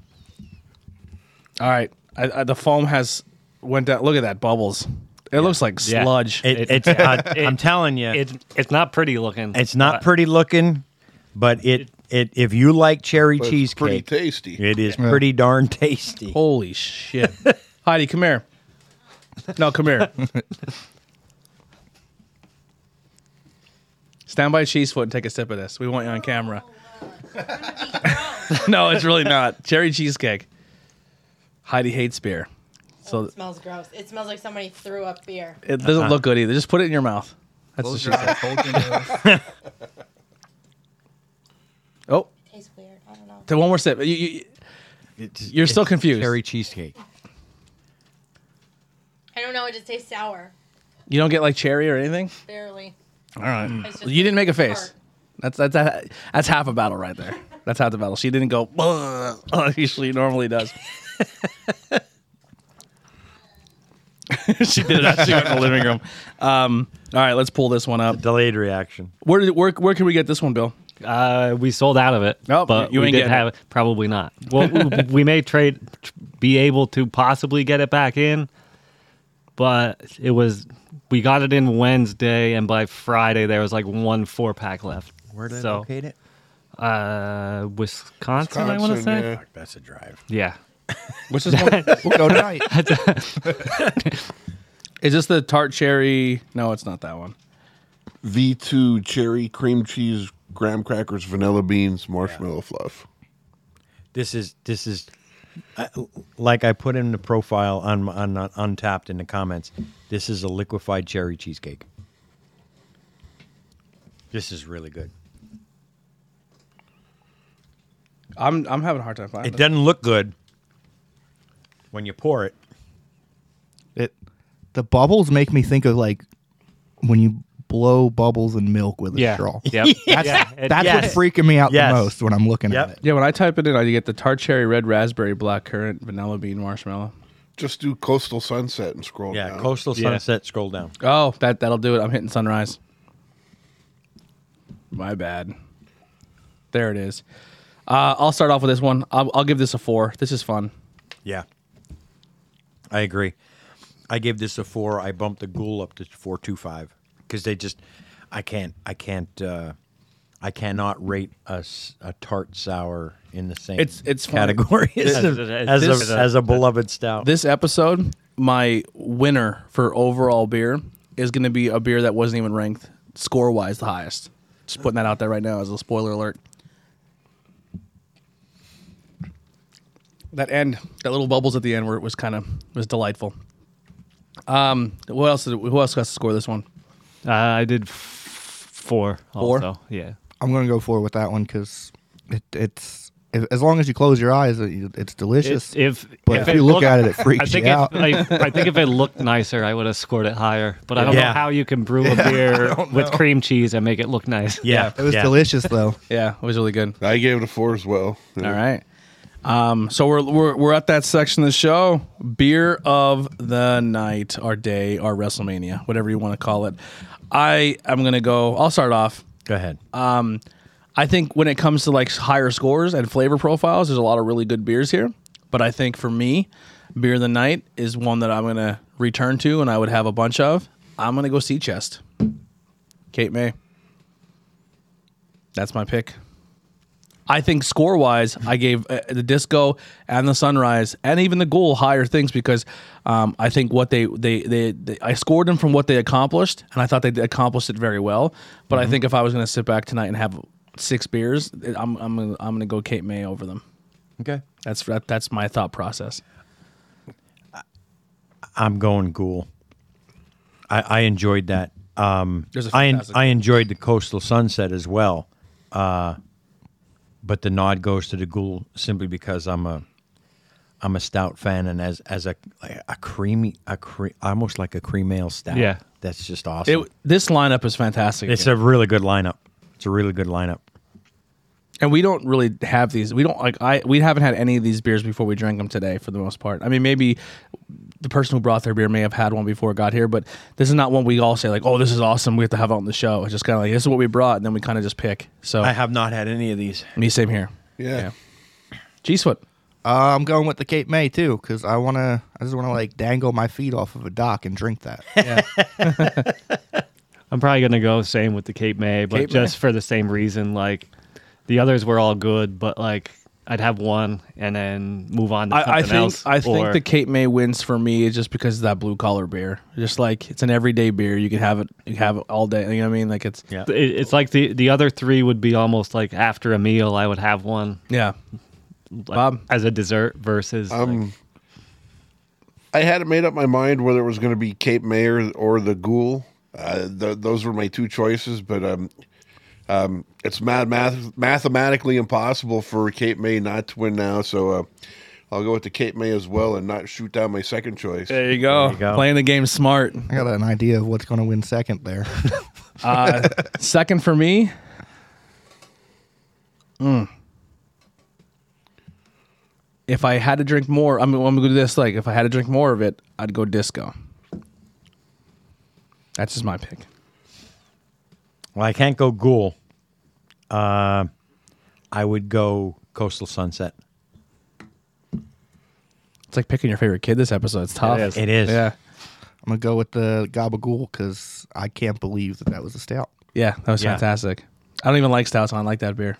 All right. I, I, the foam has went down. Look at that bubbles. It looks like Yeah. sludge. *laughs* It, It- it's. I, I'm telling you, *laughs* It's it's not pretty looking. Uh, it's not but pretty looking, but it it if you like cherry But it's pretty cheesecake, tasty. it is pretty darn tasty. *laughs* Holy shit. Heidi, come here. No, come here. Stand by Cheesefoot and take a sip of this. We want you on camera. *laughs* no, it's really not. Cherry cheesecake. Heidi hates beer. So So it smells gross. It smells like somebody threw up beer. it doesn't look good either. Just put it in your mouth. That's Close what she your said. eyes, hold your nose. *laughs* Oh, tastes weird. I don't know. t- one more sip. You, you, It's- You're still it's confused. Cherry cheesecake. I don't know. It just tastes sour. you don't get like cherry or anything? Barely. All right. It's just You didn't make a face. tart. That's that's that's, that's half a battle right there. That's half the battle. She didn't go "Ugh," *laughs* like she normally does. *laughs* she did it out. She went in the living room. Um, all right, let's pull this one up. Delayed reaction. Where did where where can we get this one, Bill? uh, we sold out of it. Nope, but you we ain't did getting have it. Probably not. Well, we- we may trade, be able to possibly get it back in, but it was we got it in Wednesday, and by Friday there was like one four pack left. Where did so, I locate it? Uh, Wisconsin, I want to say. Wisconsin, That's a drive. Yeah. What's this one? We'll go tonight. Is this the tart cherry? No, it's not that one. V2 cherry cream cheese, graham crackers, vanilla beans, marshmallow fluff. This is this is I- like I put in the profile on my- on on Untapped in the comments. This is a liquefied cherry cheesecake. This is really good. I'm I'm having a hard time finding It it. doesn't look good when you pour it. It, the bubbles make me think of like when you blow bubbles in milk with a *laughs* Yeah. straw. *laughs* Yep. That's, Yeah, it- that's yes. what's freaking me out Yes. the most when I'm looking Yep. at it. Yeah, when I type it in, I get the tart cherry, red raspberry, black currant, vanilla bean, marshmallow. Just do coastal sunset and scroll Yeah, down. coastal Yeah. sunset. Scroll down. Oh, that that'll do it. I'm hitting sunrise. My bad. There it is. Uh, I'll start off with this one. I'll, I'll give this a four. This is fun. Yeah, I agree. I gave this a four. I bumped the ghoul up to four two five because they just, I can't, I can't, uh, I cannot rate a, s- a tart sour in the same It's- it's fine. category *laughs* as, This- a, as, a- this- as a beloved stout. This episode, my winner for overall beer is going to be a beer that wasn't even ranked score wise the highest. Just putting that out there right now as a spoiler alert. That end, that little bubbles at the end, where it was kind of was delightful. Um, what else? Did, who else got to score this one? Uh, I did f- four. Four? Also. Yeah. I'm gonna go forward with that one because it, it's as long as you close your eyes, it, it's delicious. It- if but if it you look looked- at it, it I freaks think you if, out. I, *laughs* I think if it looked nicer, I would have scored it higher. But I don't Yeah. know how you can brew a beer with cream cheese and make it look nice. yeah, It was yeah. delicious *laughs* though. Yeah, it was really good. I gave it a four as well. All right. Um, so we're, we're we're at that section of the show, beer of the night, our day, our WrestleMania, whatever you want to call it. I am gonna go. I'll start off. Go ahead. Um, I think when it comes to like higher scores and flavor profiles, there's a lot of really good beers here. But I think for me, beer of the night is one that I'm gonna return to, and I would have a bunch of. I'm gonna go Sea Chest, Kate May. That's my pick. I think score wise, I gave uh, the disco and the sunrise and even the ghoul higher things because um, I think what they, they they they I scored them from what they accomplished, and I thought they accomplished it very well. But Mm-hmm. I think if I was going to sit back tonight and have six beers, it- I'm I'm gonna, I'm going to go Cape May over them. okay, That's that, that's my thought process. I'm going ghoul. I, I enjoyed that. Um, There's a I en- fantastic- I enjoyed the coastal sunset as well, uh, but the nod goes to the ghoul simply because I'm a I'm a stout fan, and as as a a creamy a cre- almost like a cream ale stout. Yeah. that's just awesome. It, this lineup is fantastic, it's a really good lineup. It's a really good lineup. and we don't really have these. We don't like I we haven't had any of these beers before we drank them today for the most part. I mean, maybe the person who brought their beer may have had one before it got here, but this is not one we all say like, "Oh, this is awesome. We have to have it on the show." It's just kind of like this is what we brought, and then we kind of just pick. So I have not had any of these. me, same here. Yeah. G Sweat. Uh, I'm going with the Cape May too, because I wanna. I just wanna like dangle my feet off of a dock and drink *laughs* that. I'm probably gonna go same with the Cape May, but Cape May. just for the same reason. Like the others were all good, but like I'd have one and then move on to something I, I think else. I think or- the Cape May wins for me is just because of that blue collar beer. Just like it's an everyday beer, you can have it, you can have it all day. You know what I mean? Like it's Yeah. it, it's like the the other three would be almost like after a meal. I would have one yeah. like, Bob? as a dessert versus like, Um, I hadn't made up my mind whether it was going to be Cape May or, or the Ghoul. Uh, th- those were my two choices, but um, um, it's ma- math- mathematically impossible for Cape May not to win now. So uh, I'll go with the Cape May as well and not shoot down my second choice. There you go. go. Playing the game smart. I got an idea of what's gonna win second *laughs* there. Uh, second for me. Mm. If I had to drink more, I'm, I'm gonna do this. Like, if I had to drink more of it, I'd go disco. That's just my pick. Well, I can't go ghoul. Uh, I would go coastal sunset. It's like picking your favorite kid. This episode, it's tough. is. It is. Yeah, I'm gonna go with the Gabagool because I can't believe that that was a stout. yeah, that was Yeah. fantastic. I don't even like stouts. I like that beer.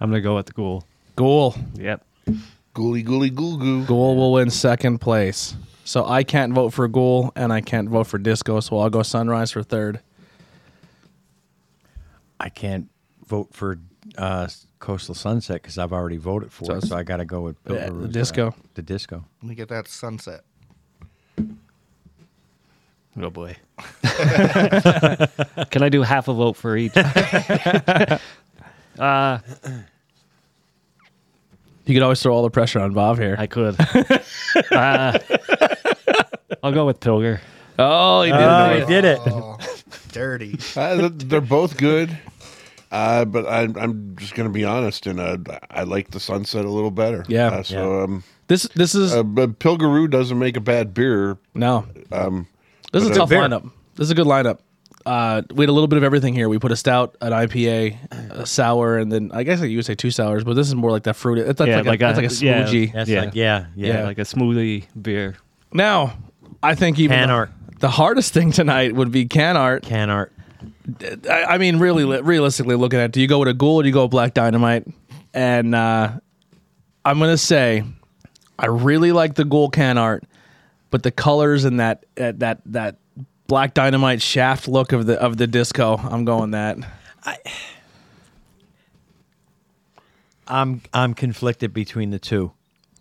I'm gonna go with the ghoul. Ghoul, Yep. Ghouly, ghouly, ghoul, goo. Ghoul will win second place. So I can't vote for Ghoul, and I can't vote for Disco. So I'll go Sunrise for third. I can't vote for uh, coastal sunset because I've already voted for it. it's- So I got to go with Yeah, the uh, disco. The disco. Let me get that sunset. Oh boy. *laughs* Can I do half a vote for each? uh, You could always throw all the pressure on Bob here. I *laughs* could. Uh, I'll go with Pilger. oh, he did. Oh, he did it. Oh, *laughs* dirty. Uh, th- they're both good, uh, but I'm, I'm just going to be honest, and uh, I like the sunset a little better. Yeah. Uh, so um, This this is uh, but Pilgaroo doesn't make a bad beer. no. Um, This is a but, uh, tough beer. lineup. This is a good lineup. Uh, we had a little bit of everything here. We put a stout, an IPA, a sour, and then I guess you would say two sours, but this is more like that fruit. It's like, Yeah, like, like a, a- it's like a yeah. smoothie. That's Yeah. like, yeah, yeah. Yeah. like a smoothie beer. Now, I think even Can the, art. the hardest thing tonight would be can art. Can art. I, I mean, really, li- realistically looking at, it, do you go with a ghoul or do you go with black dynamite? And uh, I'm gonna say, I really like the ghoul can art, but the colors and that uh, that that black dynamite shaft look of the of the disco, I'm going that. I'm I'm conflicted between the two.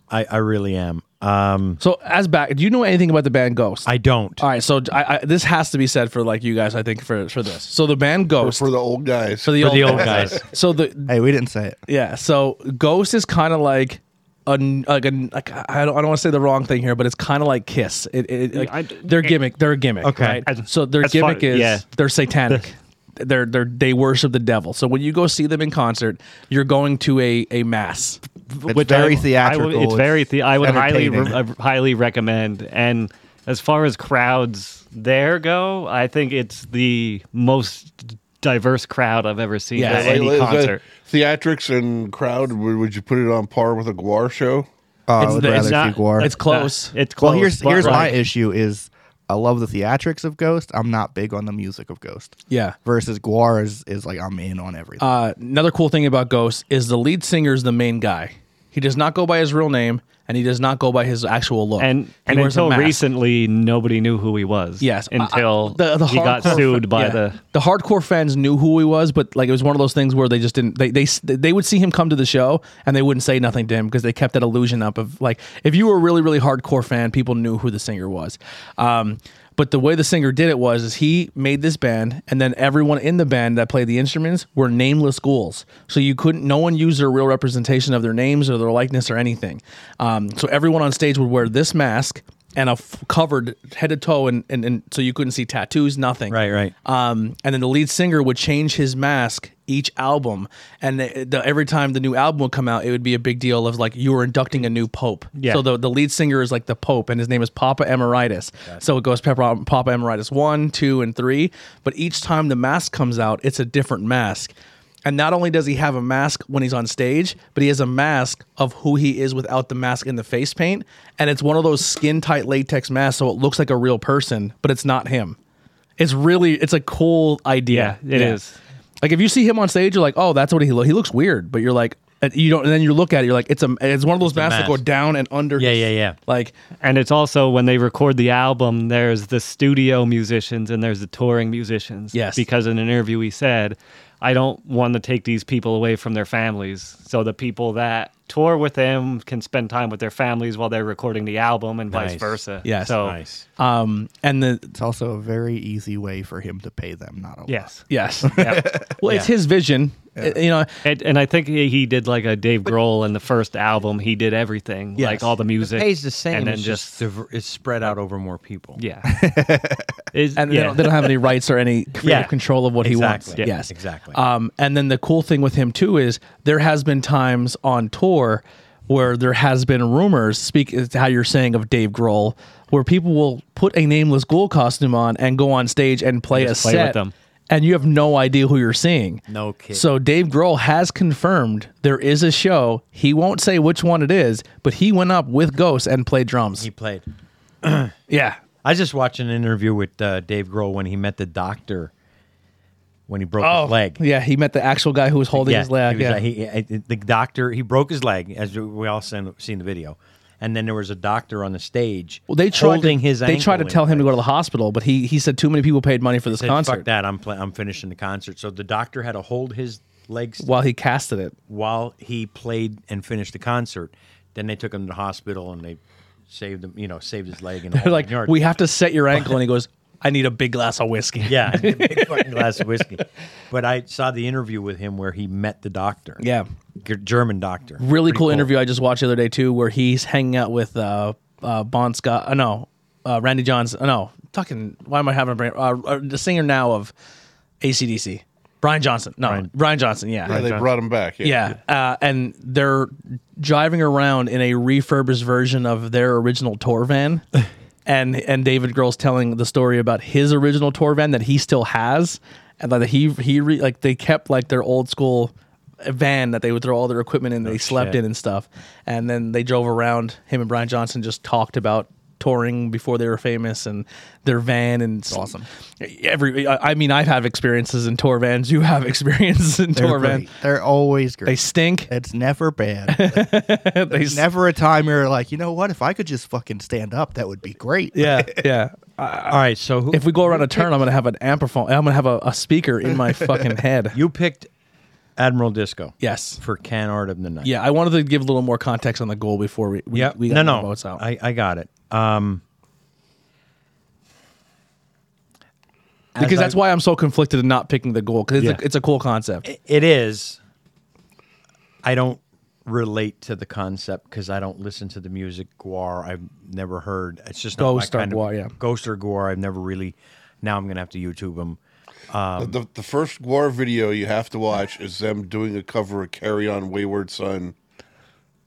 I, I really am. Um, So as back, do you know anything about the band Ghost? I don't. All right, so I, I, this has to be said for like you guys, I think for for this. So the band Ghost for the old guys. for the, For the old old guys. so the Hey, we didn't say it. Yeah. So Ghost is kind of like a like a like I don't, I don't want to say the wrong thing here, but it's kind of like Kiss. It, it, like, I- eh, their gimmick. Their gimmick. Okay. right? As- so their as far- gimmick is yeah. *laughs* they're satanic. They're, they're, they worship the devil. So when you go see them in concert, you're going to a, a mass. It's Which very I- theatrical. I would, it's very. The- I would highly, re- entertaining. I would highly recommend. And as far as crowds there go, I think it's the most diverse crowd I've ever seen Yeah. at Yeah, Like, any Uh, is that concert. theatrics and crowd. Would, would you put it on par with a Guar show? Oh, I It's would the- it's rather not- see Guar. It's close. Uh, it's close. well, here's but, here's my like, issue is I love the theatrics of Ghost. I'm not big on the music of Ghost. yeah. Versus Guar is is like I'm in on everything. Uh, another cool thing about Ghost is the lead singer is the main guy. He does not go by his real name and he does not go by his actual look. and He and wears a until mask. recently, nobody knew who he was. Yes, uh, I- I- until he got hardcore- sued by yeah. the. the hardcore fans knew who he was, but like it was one of those things where they just didn't. They they they would see him come to the show and they wouldn't say nothing to him because they kept that illusion up of like if you were a really really hardcore fan, people knew who the singer was. Um, but the way the singer did it was is he made this band and then everyone in the band that played the instruments were nameless ghouls. So you couldn't no one used their real representation of their names or their likeness or anything. Um, so everyone on stage would wear this mask and a f- covered head to toe and, and and so you couldn't see tattoos nothing Right, right. um, and then the lead singer would change his mask each album, and the, the, every time the new album would come out, it would be a big deal of like you were inducting a new pope. Yeah. So the, the lead singer is like the pope, and his name is Papa Emeritus. So it goes Papa, Papa Emeritus one, two, and three. But each time the mask comes out, it's a different mask. And not only does he have a mask when he's on stage, but he has a mask of who he is without the mask and the face paint. And it's one of those skin tight latex masks, so it looks like a real person, but it's not him. It's really it's a cool idea. Yeah, it is. Like if you see him on stage, you're like, oh, that's what he looks. He looks weird, but you're like, and you don't. And then you look at it, you're like, it's a it's one of those masks that go mask. down and under. Yeah, his- yeah, yeah. Like And it's also when they record the album, there's the studio musicians and there's the touring musicians. Yes. Because in an interview he said, I don't want to take these people away from their families. So the people that tour with him can spend time with their families while they're recording the album and Nice. vice versa. Yes. So Nice. um, and the It's also a very easy way for him to pay them, not a lot. yes. yes, *laughs* Yep. well, it's his vision. It- you know, and, and I think he he did like a Dave Grohl in the first album. He did everything, Yes. like all the music. Pays the same. And then it's just, just diver- it's spread out over more people. yeah. It's- and they, yeah. don't, they don't have any rights *laughs* or any creative Yeah. control of what he wants. Exactly. Yeah. Yes, Exactly. Um, and then the cool thing with him too is there has been times on tour where there has been rumors. Speak is how you're saying of Dave Grohl, where people will put a nameless ghoul costume on and go on stage and play a Just play set. with them. And you have no idea who you're seeing. No kidding. So Dave Grohl has confirmed there is a show. He won't say which one it is, but he went up with Ghosts and played drums. He played. yeah, I just watched an interview with uh, Dave Grohl when he met the doctor when he broke Oh, his leg. Yeah, he met the actual guy who was holding his leg. He was yeah. like- he- I- I- the doctor, he broke his leg, as we all seen, seen the video. And then there was a doctor on the stage well, they tried holding to, his They tried to ankle in tell him to go to place. the hospital, but he he said too many people paid money for this Said, Fuck concert that, I'm, play- I'm finishing the concert. So the doctor had to hold his legs while he casted it. while he played and finished the concert. Then they took him to the hospital and they saved him, you know, saved his leg. And the They're whole like, yard. we have to set your ankle, and he goes, "I need a big glass of whiskey." *laughs* Yeah, I did a big fucking glass of whiskey. But I saw the interview with him where he met the doctor. Yeah. G- German doctor. *laughs* really Pretty cool, interview I just watched the other day too, where he's hanging out with uh, uh, Bon Scott. Uh, no, uh, Randy Johns. Uh, no, talking. Why am I having a brain? Uh, uh, the singer now of ACDC, Brian Johnson. No, Brian, Johnson. Yeah, Yeah, they brought him back. Yeah, uh, and they're driving around in a refurbished version of their original tour van, and and David Grohl's telling the story about his original tour van that he still has, and that he he re, like they kept like their old school van that they would throw all their equipment in, they slept shit. in and stuff, and then they drove around. Him and Brian Johnson just talked about touring before they were famous and their van and awesome every i I mean i have experiences in tour vans you have *laughs* experiences in They're tour vans great. They're always great. they stink it's never bad. *laughs* they *laughs* There's never a time you're like, you know what? If I could just fucking stand up, that would be great. yeah yeah Cool. All right, so who, if we go around a turn i'm gonna have an ampliphone i'm gonna have a, a speaker in my fucking head *laughs* you picked Admiral Disco. yes For Can Art of the Night. yeah i wanted to give a little more context on the goal before we we, Yeah. we got no, the no. votes out I, I got it. Um, as because that's I- why i'm so conflicted in not picking the goal because it's, Yeah. a, it's a cool concept it is. I don't relate to the concept because I don't listen to the music. Guar, I've never heard. It's just not Ghost my or kind Gwar, of, yeah. Ghost or Guar. I've never really. Now I'm gonna have to YouTube them. The, the, the first war video you have to watch is them doing a cover of Carry On Wayward Son.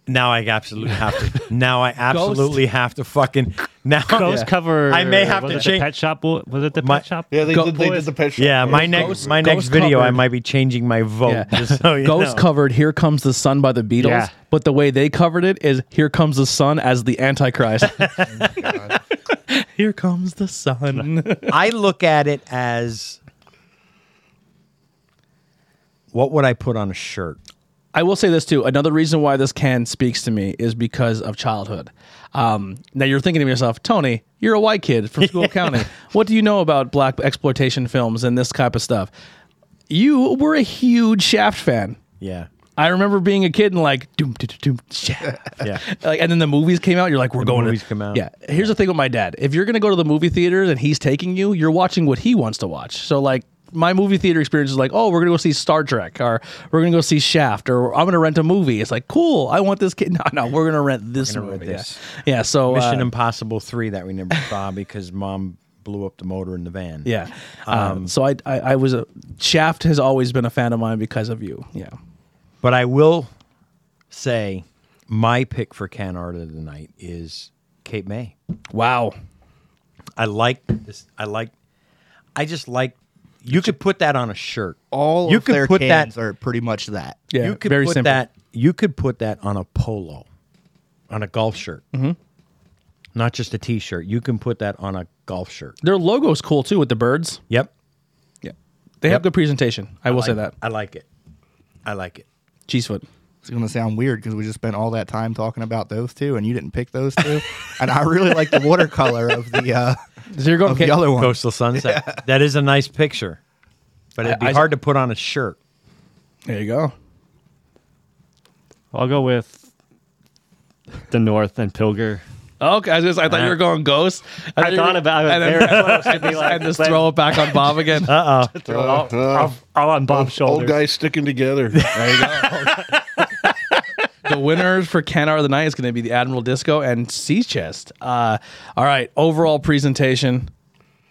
Now I *laughs* absolutely have to. Now I absolutely have to fucking. Now *laughs* Ghost cover. I may have was to it the change. Pet shop. Bo- Was it the My- pet shop? Yeah, they, Go- did, they did boys. the Pet Shop Yeah, my Boys next cover. my next Ghost video, I covered. might be changing my vote. Yeah. *laughs* Just so you Ghost know. covered "Here Comes the Sun" by the Beatles, Yeah. but the way they covered it is "Here Comes the Sun" as the Antichrist. *laughs* Oh, *laughs* Here comes *laughs* the sun. I look at it as what would I put on a shirt? I will say this too. Another reason why this can speaks to me is because of childhood. Um, now you're thinking to yourself, Tony, you're a white kid from School County. What do you know about black exploitation films and this type of stuff? You were a huge Shaft fan. Yeah. I remember being a kid and like doom doom doom doom, Shaft. *laughs* Yeah. Like, and then the movies came out. You're like, we're going. movies to, come out. Yeah. Here's the thing with my dad. If you're gonna go to the movie theater and he's taking you, you're watching what he wants to watch. So like. My movie theater experience is like, oh, we're gonna go see Star Trek, or we're gonna go see Shaft, or I'm gonna rent a movie. It's like, cool, I want this kid. *laughs* No, no, we're gonna rent this gonna rent movie. this. Yeah. yeah, so uh, Mission Impossible 3 that we never saw because mom blew up the motor in the van. yeah. Um, so I, I, I was a Shaft has always been a fan of mine because of you. Yeah, But I will say my pick for can art of the night is Kate May. wow. I like this I like I just like you could put that on a shirt. All you of could their put cans that. are pretty much that. Yeah, you could very put simple. that. You could put that on a polo, on a golf shirt, mm-hmm. not just a t-shirt. You can put that on a golf shirt. Their logo's cool too with the birds. Yep, Yeah, they have Yep. good presentation. I will say Like- that. I like it. I like it. Cheese foot. It's gonna sound weird because we just spent all that time talking about those two, and you didn't pick those two. and I really like the watercolor of the uh, So you're going of the other one. Coastal sunset. *laughs* That is a nice picture, but it'd be I- I- hard to put on a shirt. There you go. I'll go with the North and Pilger. Oh, Okay, I, was just, I thought you were going ghost. I you thought were- about it. and *laughs* then- Very close. I'd be and like, Oh, just let- throw it back on *laughs* Bob again. Throw it all, all- all on Bob's shoulders. Old guys sticking together. *laughs* the winners for Ken R of the night is going to be the Admiral Disco and Sea Chest. Uh, all right, overall presentation,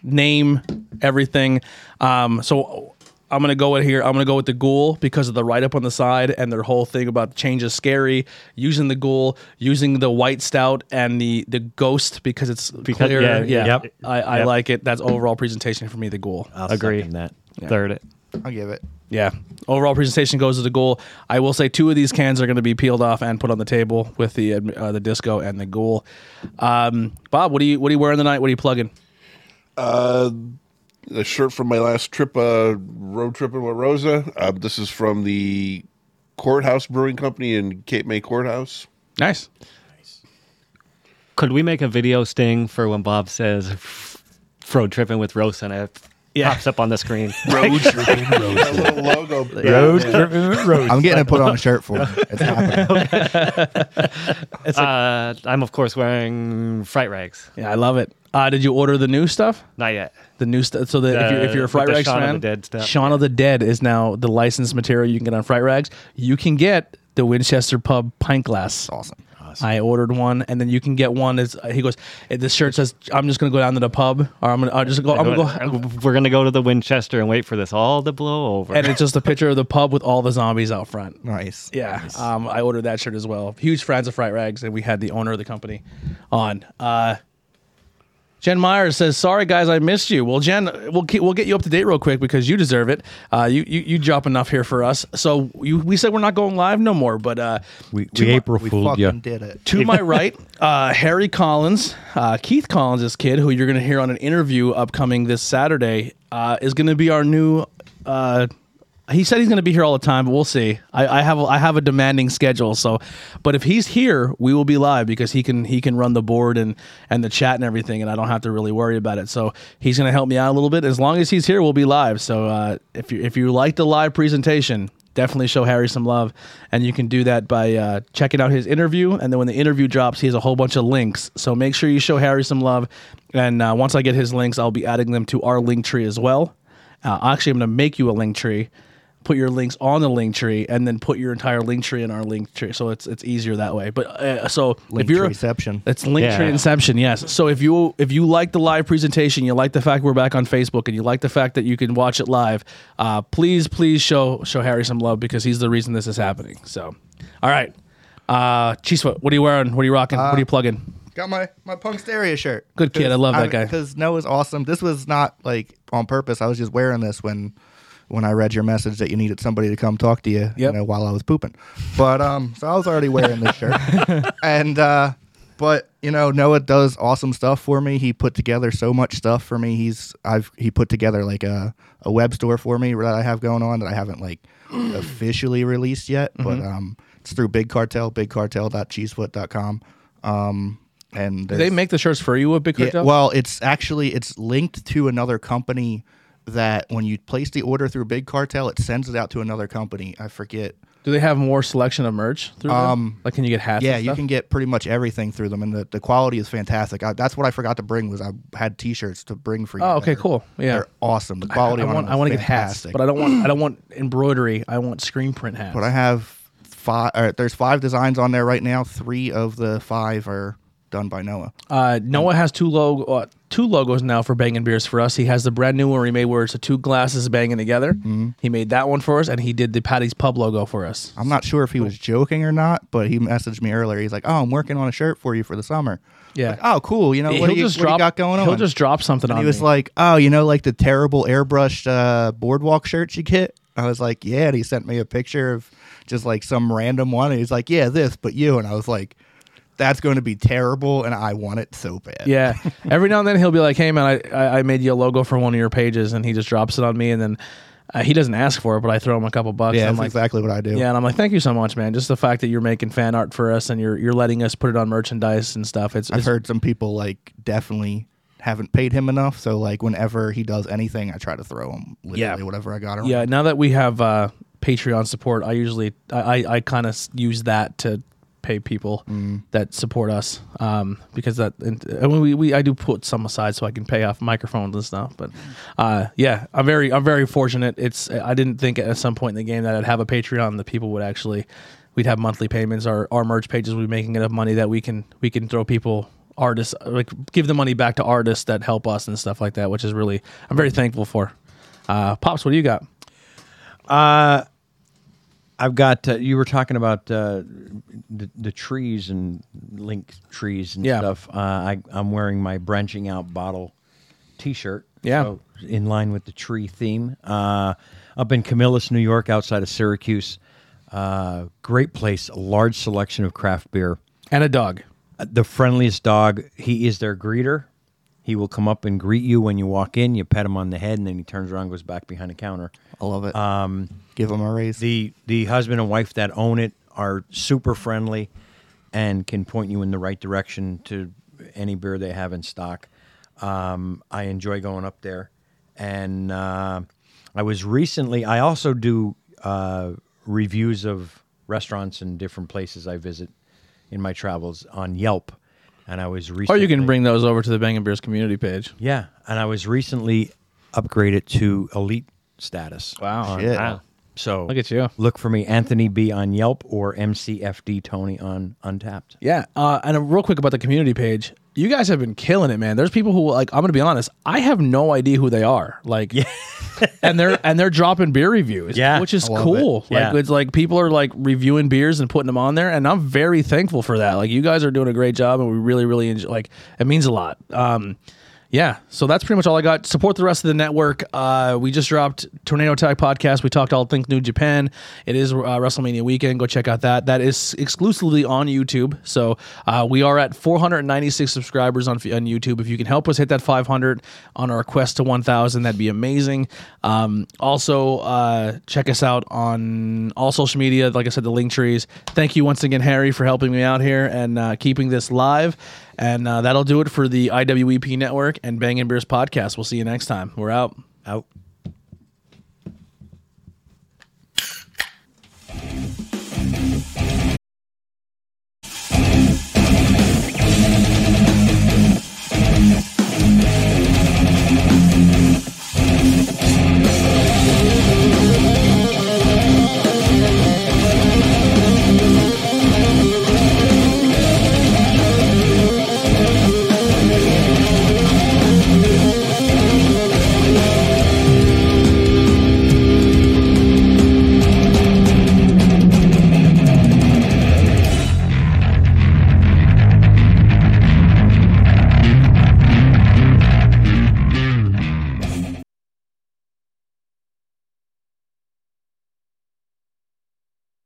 name, everything. Um, so I'm going to go with here. I'm going to go with the ghoul because of the write up on the side and their whole thing about change is scary. Using the ghoul, using the white stout and the the ghost because it's Because- clear. yeah, yep. I, I Yep. like it. That's overall presentation for me. The ghoul. I'll Agree. second That Third it. I'll give it. Yeah. Overall presentation goes to the ghoul. I will say two of these cans are going to be peeled off and put on the table with the uh, the disco and the ghoul. Um, Bob, what do you what are you wearing tonight? What are you plugging? a shirt from my last trip, uh, road trip in La Rosa. Uh, this is from the Courthouse Brewing Company in Cape May Courthouse. Nice. Could we make a video sting for when Bob says road tripping with Rosa and it Yeah. pops up on the screen? Road tripping, Rosa. little logo. road trip. Road. I'm getting it put on a shirt for you. It's happening. uh, I'm, of course, wearing fright rags. Yeah, I love it. Uh, did you order the new stuff? Not yet. The new stuff. So that if, you, if you're a with Fright the Rags Shaun of fan, the Dead stuff. Shaun of the Dead is now the licensed material you can get on Fright Rags. You can get the Winchester Pub pint glass. awesome. I ordered one, and then you can get one. As he goes, eh, the shirt says, "I'm just gonna go down to the pub, or I'm gonna I'll just go. I'm gonna go." We're going to go *laughs* to the Winchester and wait for this all to blow over. and it's just a picture of the pub with all the zombies out front. Nice. Yeah, um, I ordered that shirt as well. Huge fans of Fright Rags, and we had the owner of the company on. Uh, Jen Myers says, "Sorry guys, I missed you." Well, Jen, we'll keep, we'll get you up to date real quick because you deserve it. Uh, you, you you drop enough here for us. So you, we said we're not going live no more, but uh, We, To we my- April We fooled fucking you. did it. to my right, uh, Harry Collins, uh, Keith Collins' kid, who you're going to hear on an interview upcoming this Saturday, uh, is going to be our new. Uh, he said he's going to be here all the time, but we'll see. I, I have a, I have a demanding schedule, so. But if he's here, we will be live because he can he can run the board and and the chat and everything, and I don't have to really worry about it. So he's going to help me out a little bit. As long as he's here, we'll be live. So uh, if you if you like the live presentation, definitely show Harry some love. And you can do that by uh, checking out his interview. And then when the interview drops, he has a whole bunch of links. So make sure you show Harry some love. And uh, once I get his links, I'll be adding them to our link tree as well. Uh, actually, I'm going to make you a link tree. Put your links on the link tree, and then put your entire link tree in our link tree. So it's it's easier that way. But uh, so if you're Linktree-ception. it's Linktree Yeah. Inception, yes. So if you if you like the live presentation, you like the fact we're back on Facebook, and you like the fact that you can watch it live, uh, please please show show Harry some love because he's the reason this is happening. So, all right, uh, Chief, what, what are you wearing? What are you rocking? what are you Uh, plugging? Got my my punk stereo shirt. Good kid, I love that guy. Because Noah's awesome. This was not like on purpose. I was just wearing this when when I read your message that you needed somebody to come talk to you, you Yep. know, while I was pooping. But um, so I was already wearing this *laughs* shirt. and uh, but you know, Noah does awesome stuff for me. He put together so much stuff for me. He's I've he put together like a a web store for me that I have going on that I haven't *clears throat* like officially released yet, but Mm-hmm. um. It's through Big Cartel, bigcartel.cheesefoot.com. Um, and Do they there's- make the shirts for you at Big yeah, Cartel? well, it's actually it's linked to another company that when you place the order through Big Cartel, it sends it out to another company. I forget. do they have more selection of merch? Through um, like can you get hats? Yeah, and you stuff? can get pretty much everything through them, and the, the quality is fantastic. I, that's what I forgot to bring was I had T-shirts to bring for you. Oh, okay, They're- cool. Yeah. they're awesome. The quality I on want them I is want to get hats, fantastic. but I don't *clears throat* want I don't want embroidery. I want screen print hats. But I have five. Or there's five designs on there right now. Three of the five are done by Noah. Uh, Noah has two logo, uh, two logos now for Banging Beers for us. He has the brand new one where he made where it's the two glasses banging together. Mm-hmm. He made that one for us, and he did the Patty's Pub logo for us. I'm not sure if he was joking or not, but he messaged me earlier. He's like, "Oh, I'm working on a shirt for you for the summer." Yeah. Like, oh, cool. You know what, he'll do you, just what do you drop. got going on? he'll just drop something And on he was me. like, "Oh, you know, like the terrible airbrushed uh, boardwalk shirts you get." I was like, "Yeah." And he sent me a picture of just like some random one. And he's like, "Yeah, this, but you." And I was like, "That's going to be terrible, and I want it so bad." *laughs* Yeah. Every now and then he'll be like, "Hey man, I, I I made you a logo for one of your pages," and he just drops it on me, and then uh, he doesn't ask for it, but I throw him a couple bucks. yeah, and that's I'm like, exactly what I do. Yeah, and I'm like, thank you so much, man. Just the fact that you're making fan art for us and you're you're letting us put it on merchandise and stuff. It's, I've it's- heard some people like definitely haven't paid him enough. So like, whenever he does anything, I try to throw him literally Yeah. whatever I got. Around. yeah. Now that we have uh, Patreon support, I usually I I, I kind of use that to pay people that support us um, because that and, I mean, we, we I do put some aside so I can pay off microphones and stuff. But uh, yeah, I'm very I'm very fortunate. It's I didn't think at some point in the game that I'd have a Patreon that people would actually. We'd have monthly payments. Our our merch pages would be making enough money that we can we can throw people artists like give the money back to artists that help us and stuff like that, which is really I'm very thankful for. Uh, Pops, what do you got? I've got. Uh, you were talking about uh, the, the trees and link trees and Yeah. stuff. Uh, I, I'm wearing my branching out bottle T-shirt. Yeah. so in line with the tree theme. Uh, up in Camillus, New York, outside of Syracuse. Uh, great place. A large selection of craft beer. Uh, and a dog. the friendliest dog. He is their greeter. He will come up and greet you when you walk in. You pet him on the head, and then he turns around and goes back behind the counter. I love it. Um, Give him a raise. The the husband and wife that own it are super friendly and can point you in the right direction to any beer they have in stock. Um, I enjoy going up there. And uh, I was recently, I also do uh, reviews of restaurants and different places I visit in my travels on Yelp. And I was Or recently. Oh, you can bring those over to the Bang and Beers community page. Yeah. And I was recently upgraded to elite status. Wow. Shit. Wow. So Look at you. Look for me, Anthony B on Yelp or MCFD Tony on Untapped. Yeah. Uh, and uh, real quick about the community page. You guys have been killing it, man. There's people who like I'm gonna be honest, I have no idea who they are. Like *laughs* and they're and they're dropping beer reviews. Yeah. Which is I love cool. Like Yeah. it's like people are like reviewing beers and putting them on there, and I'm very thankful for that. Like you guys are doing a great job and we really, really enjoy like it means a lot. Um yeah, so that's pretty much all I got. Support the rest of the network. Uh, we just dropped Tornado Tag podcast. We talked all things New Japan. It is uh, WrestleMania weekend. Go check out that. That is exclusively on YouTube. So uh, we are at 496 subscribers on on YouTube. If you can help us hit that 500 on our quest to 1,000, that'd be amazing. Um, also, uh, check us out on all social media. Like I said, the link trees. Thank you once again, Harry, for helping me out here and uh, keeping this live. And E uh, that'll do it for the IWEP Network and Bangin' Beers podcast. We'll see you next time. We're out. Out.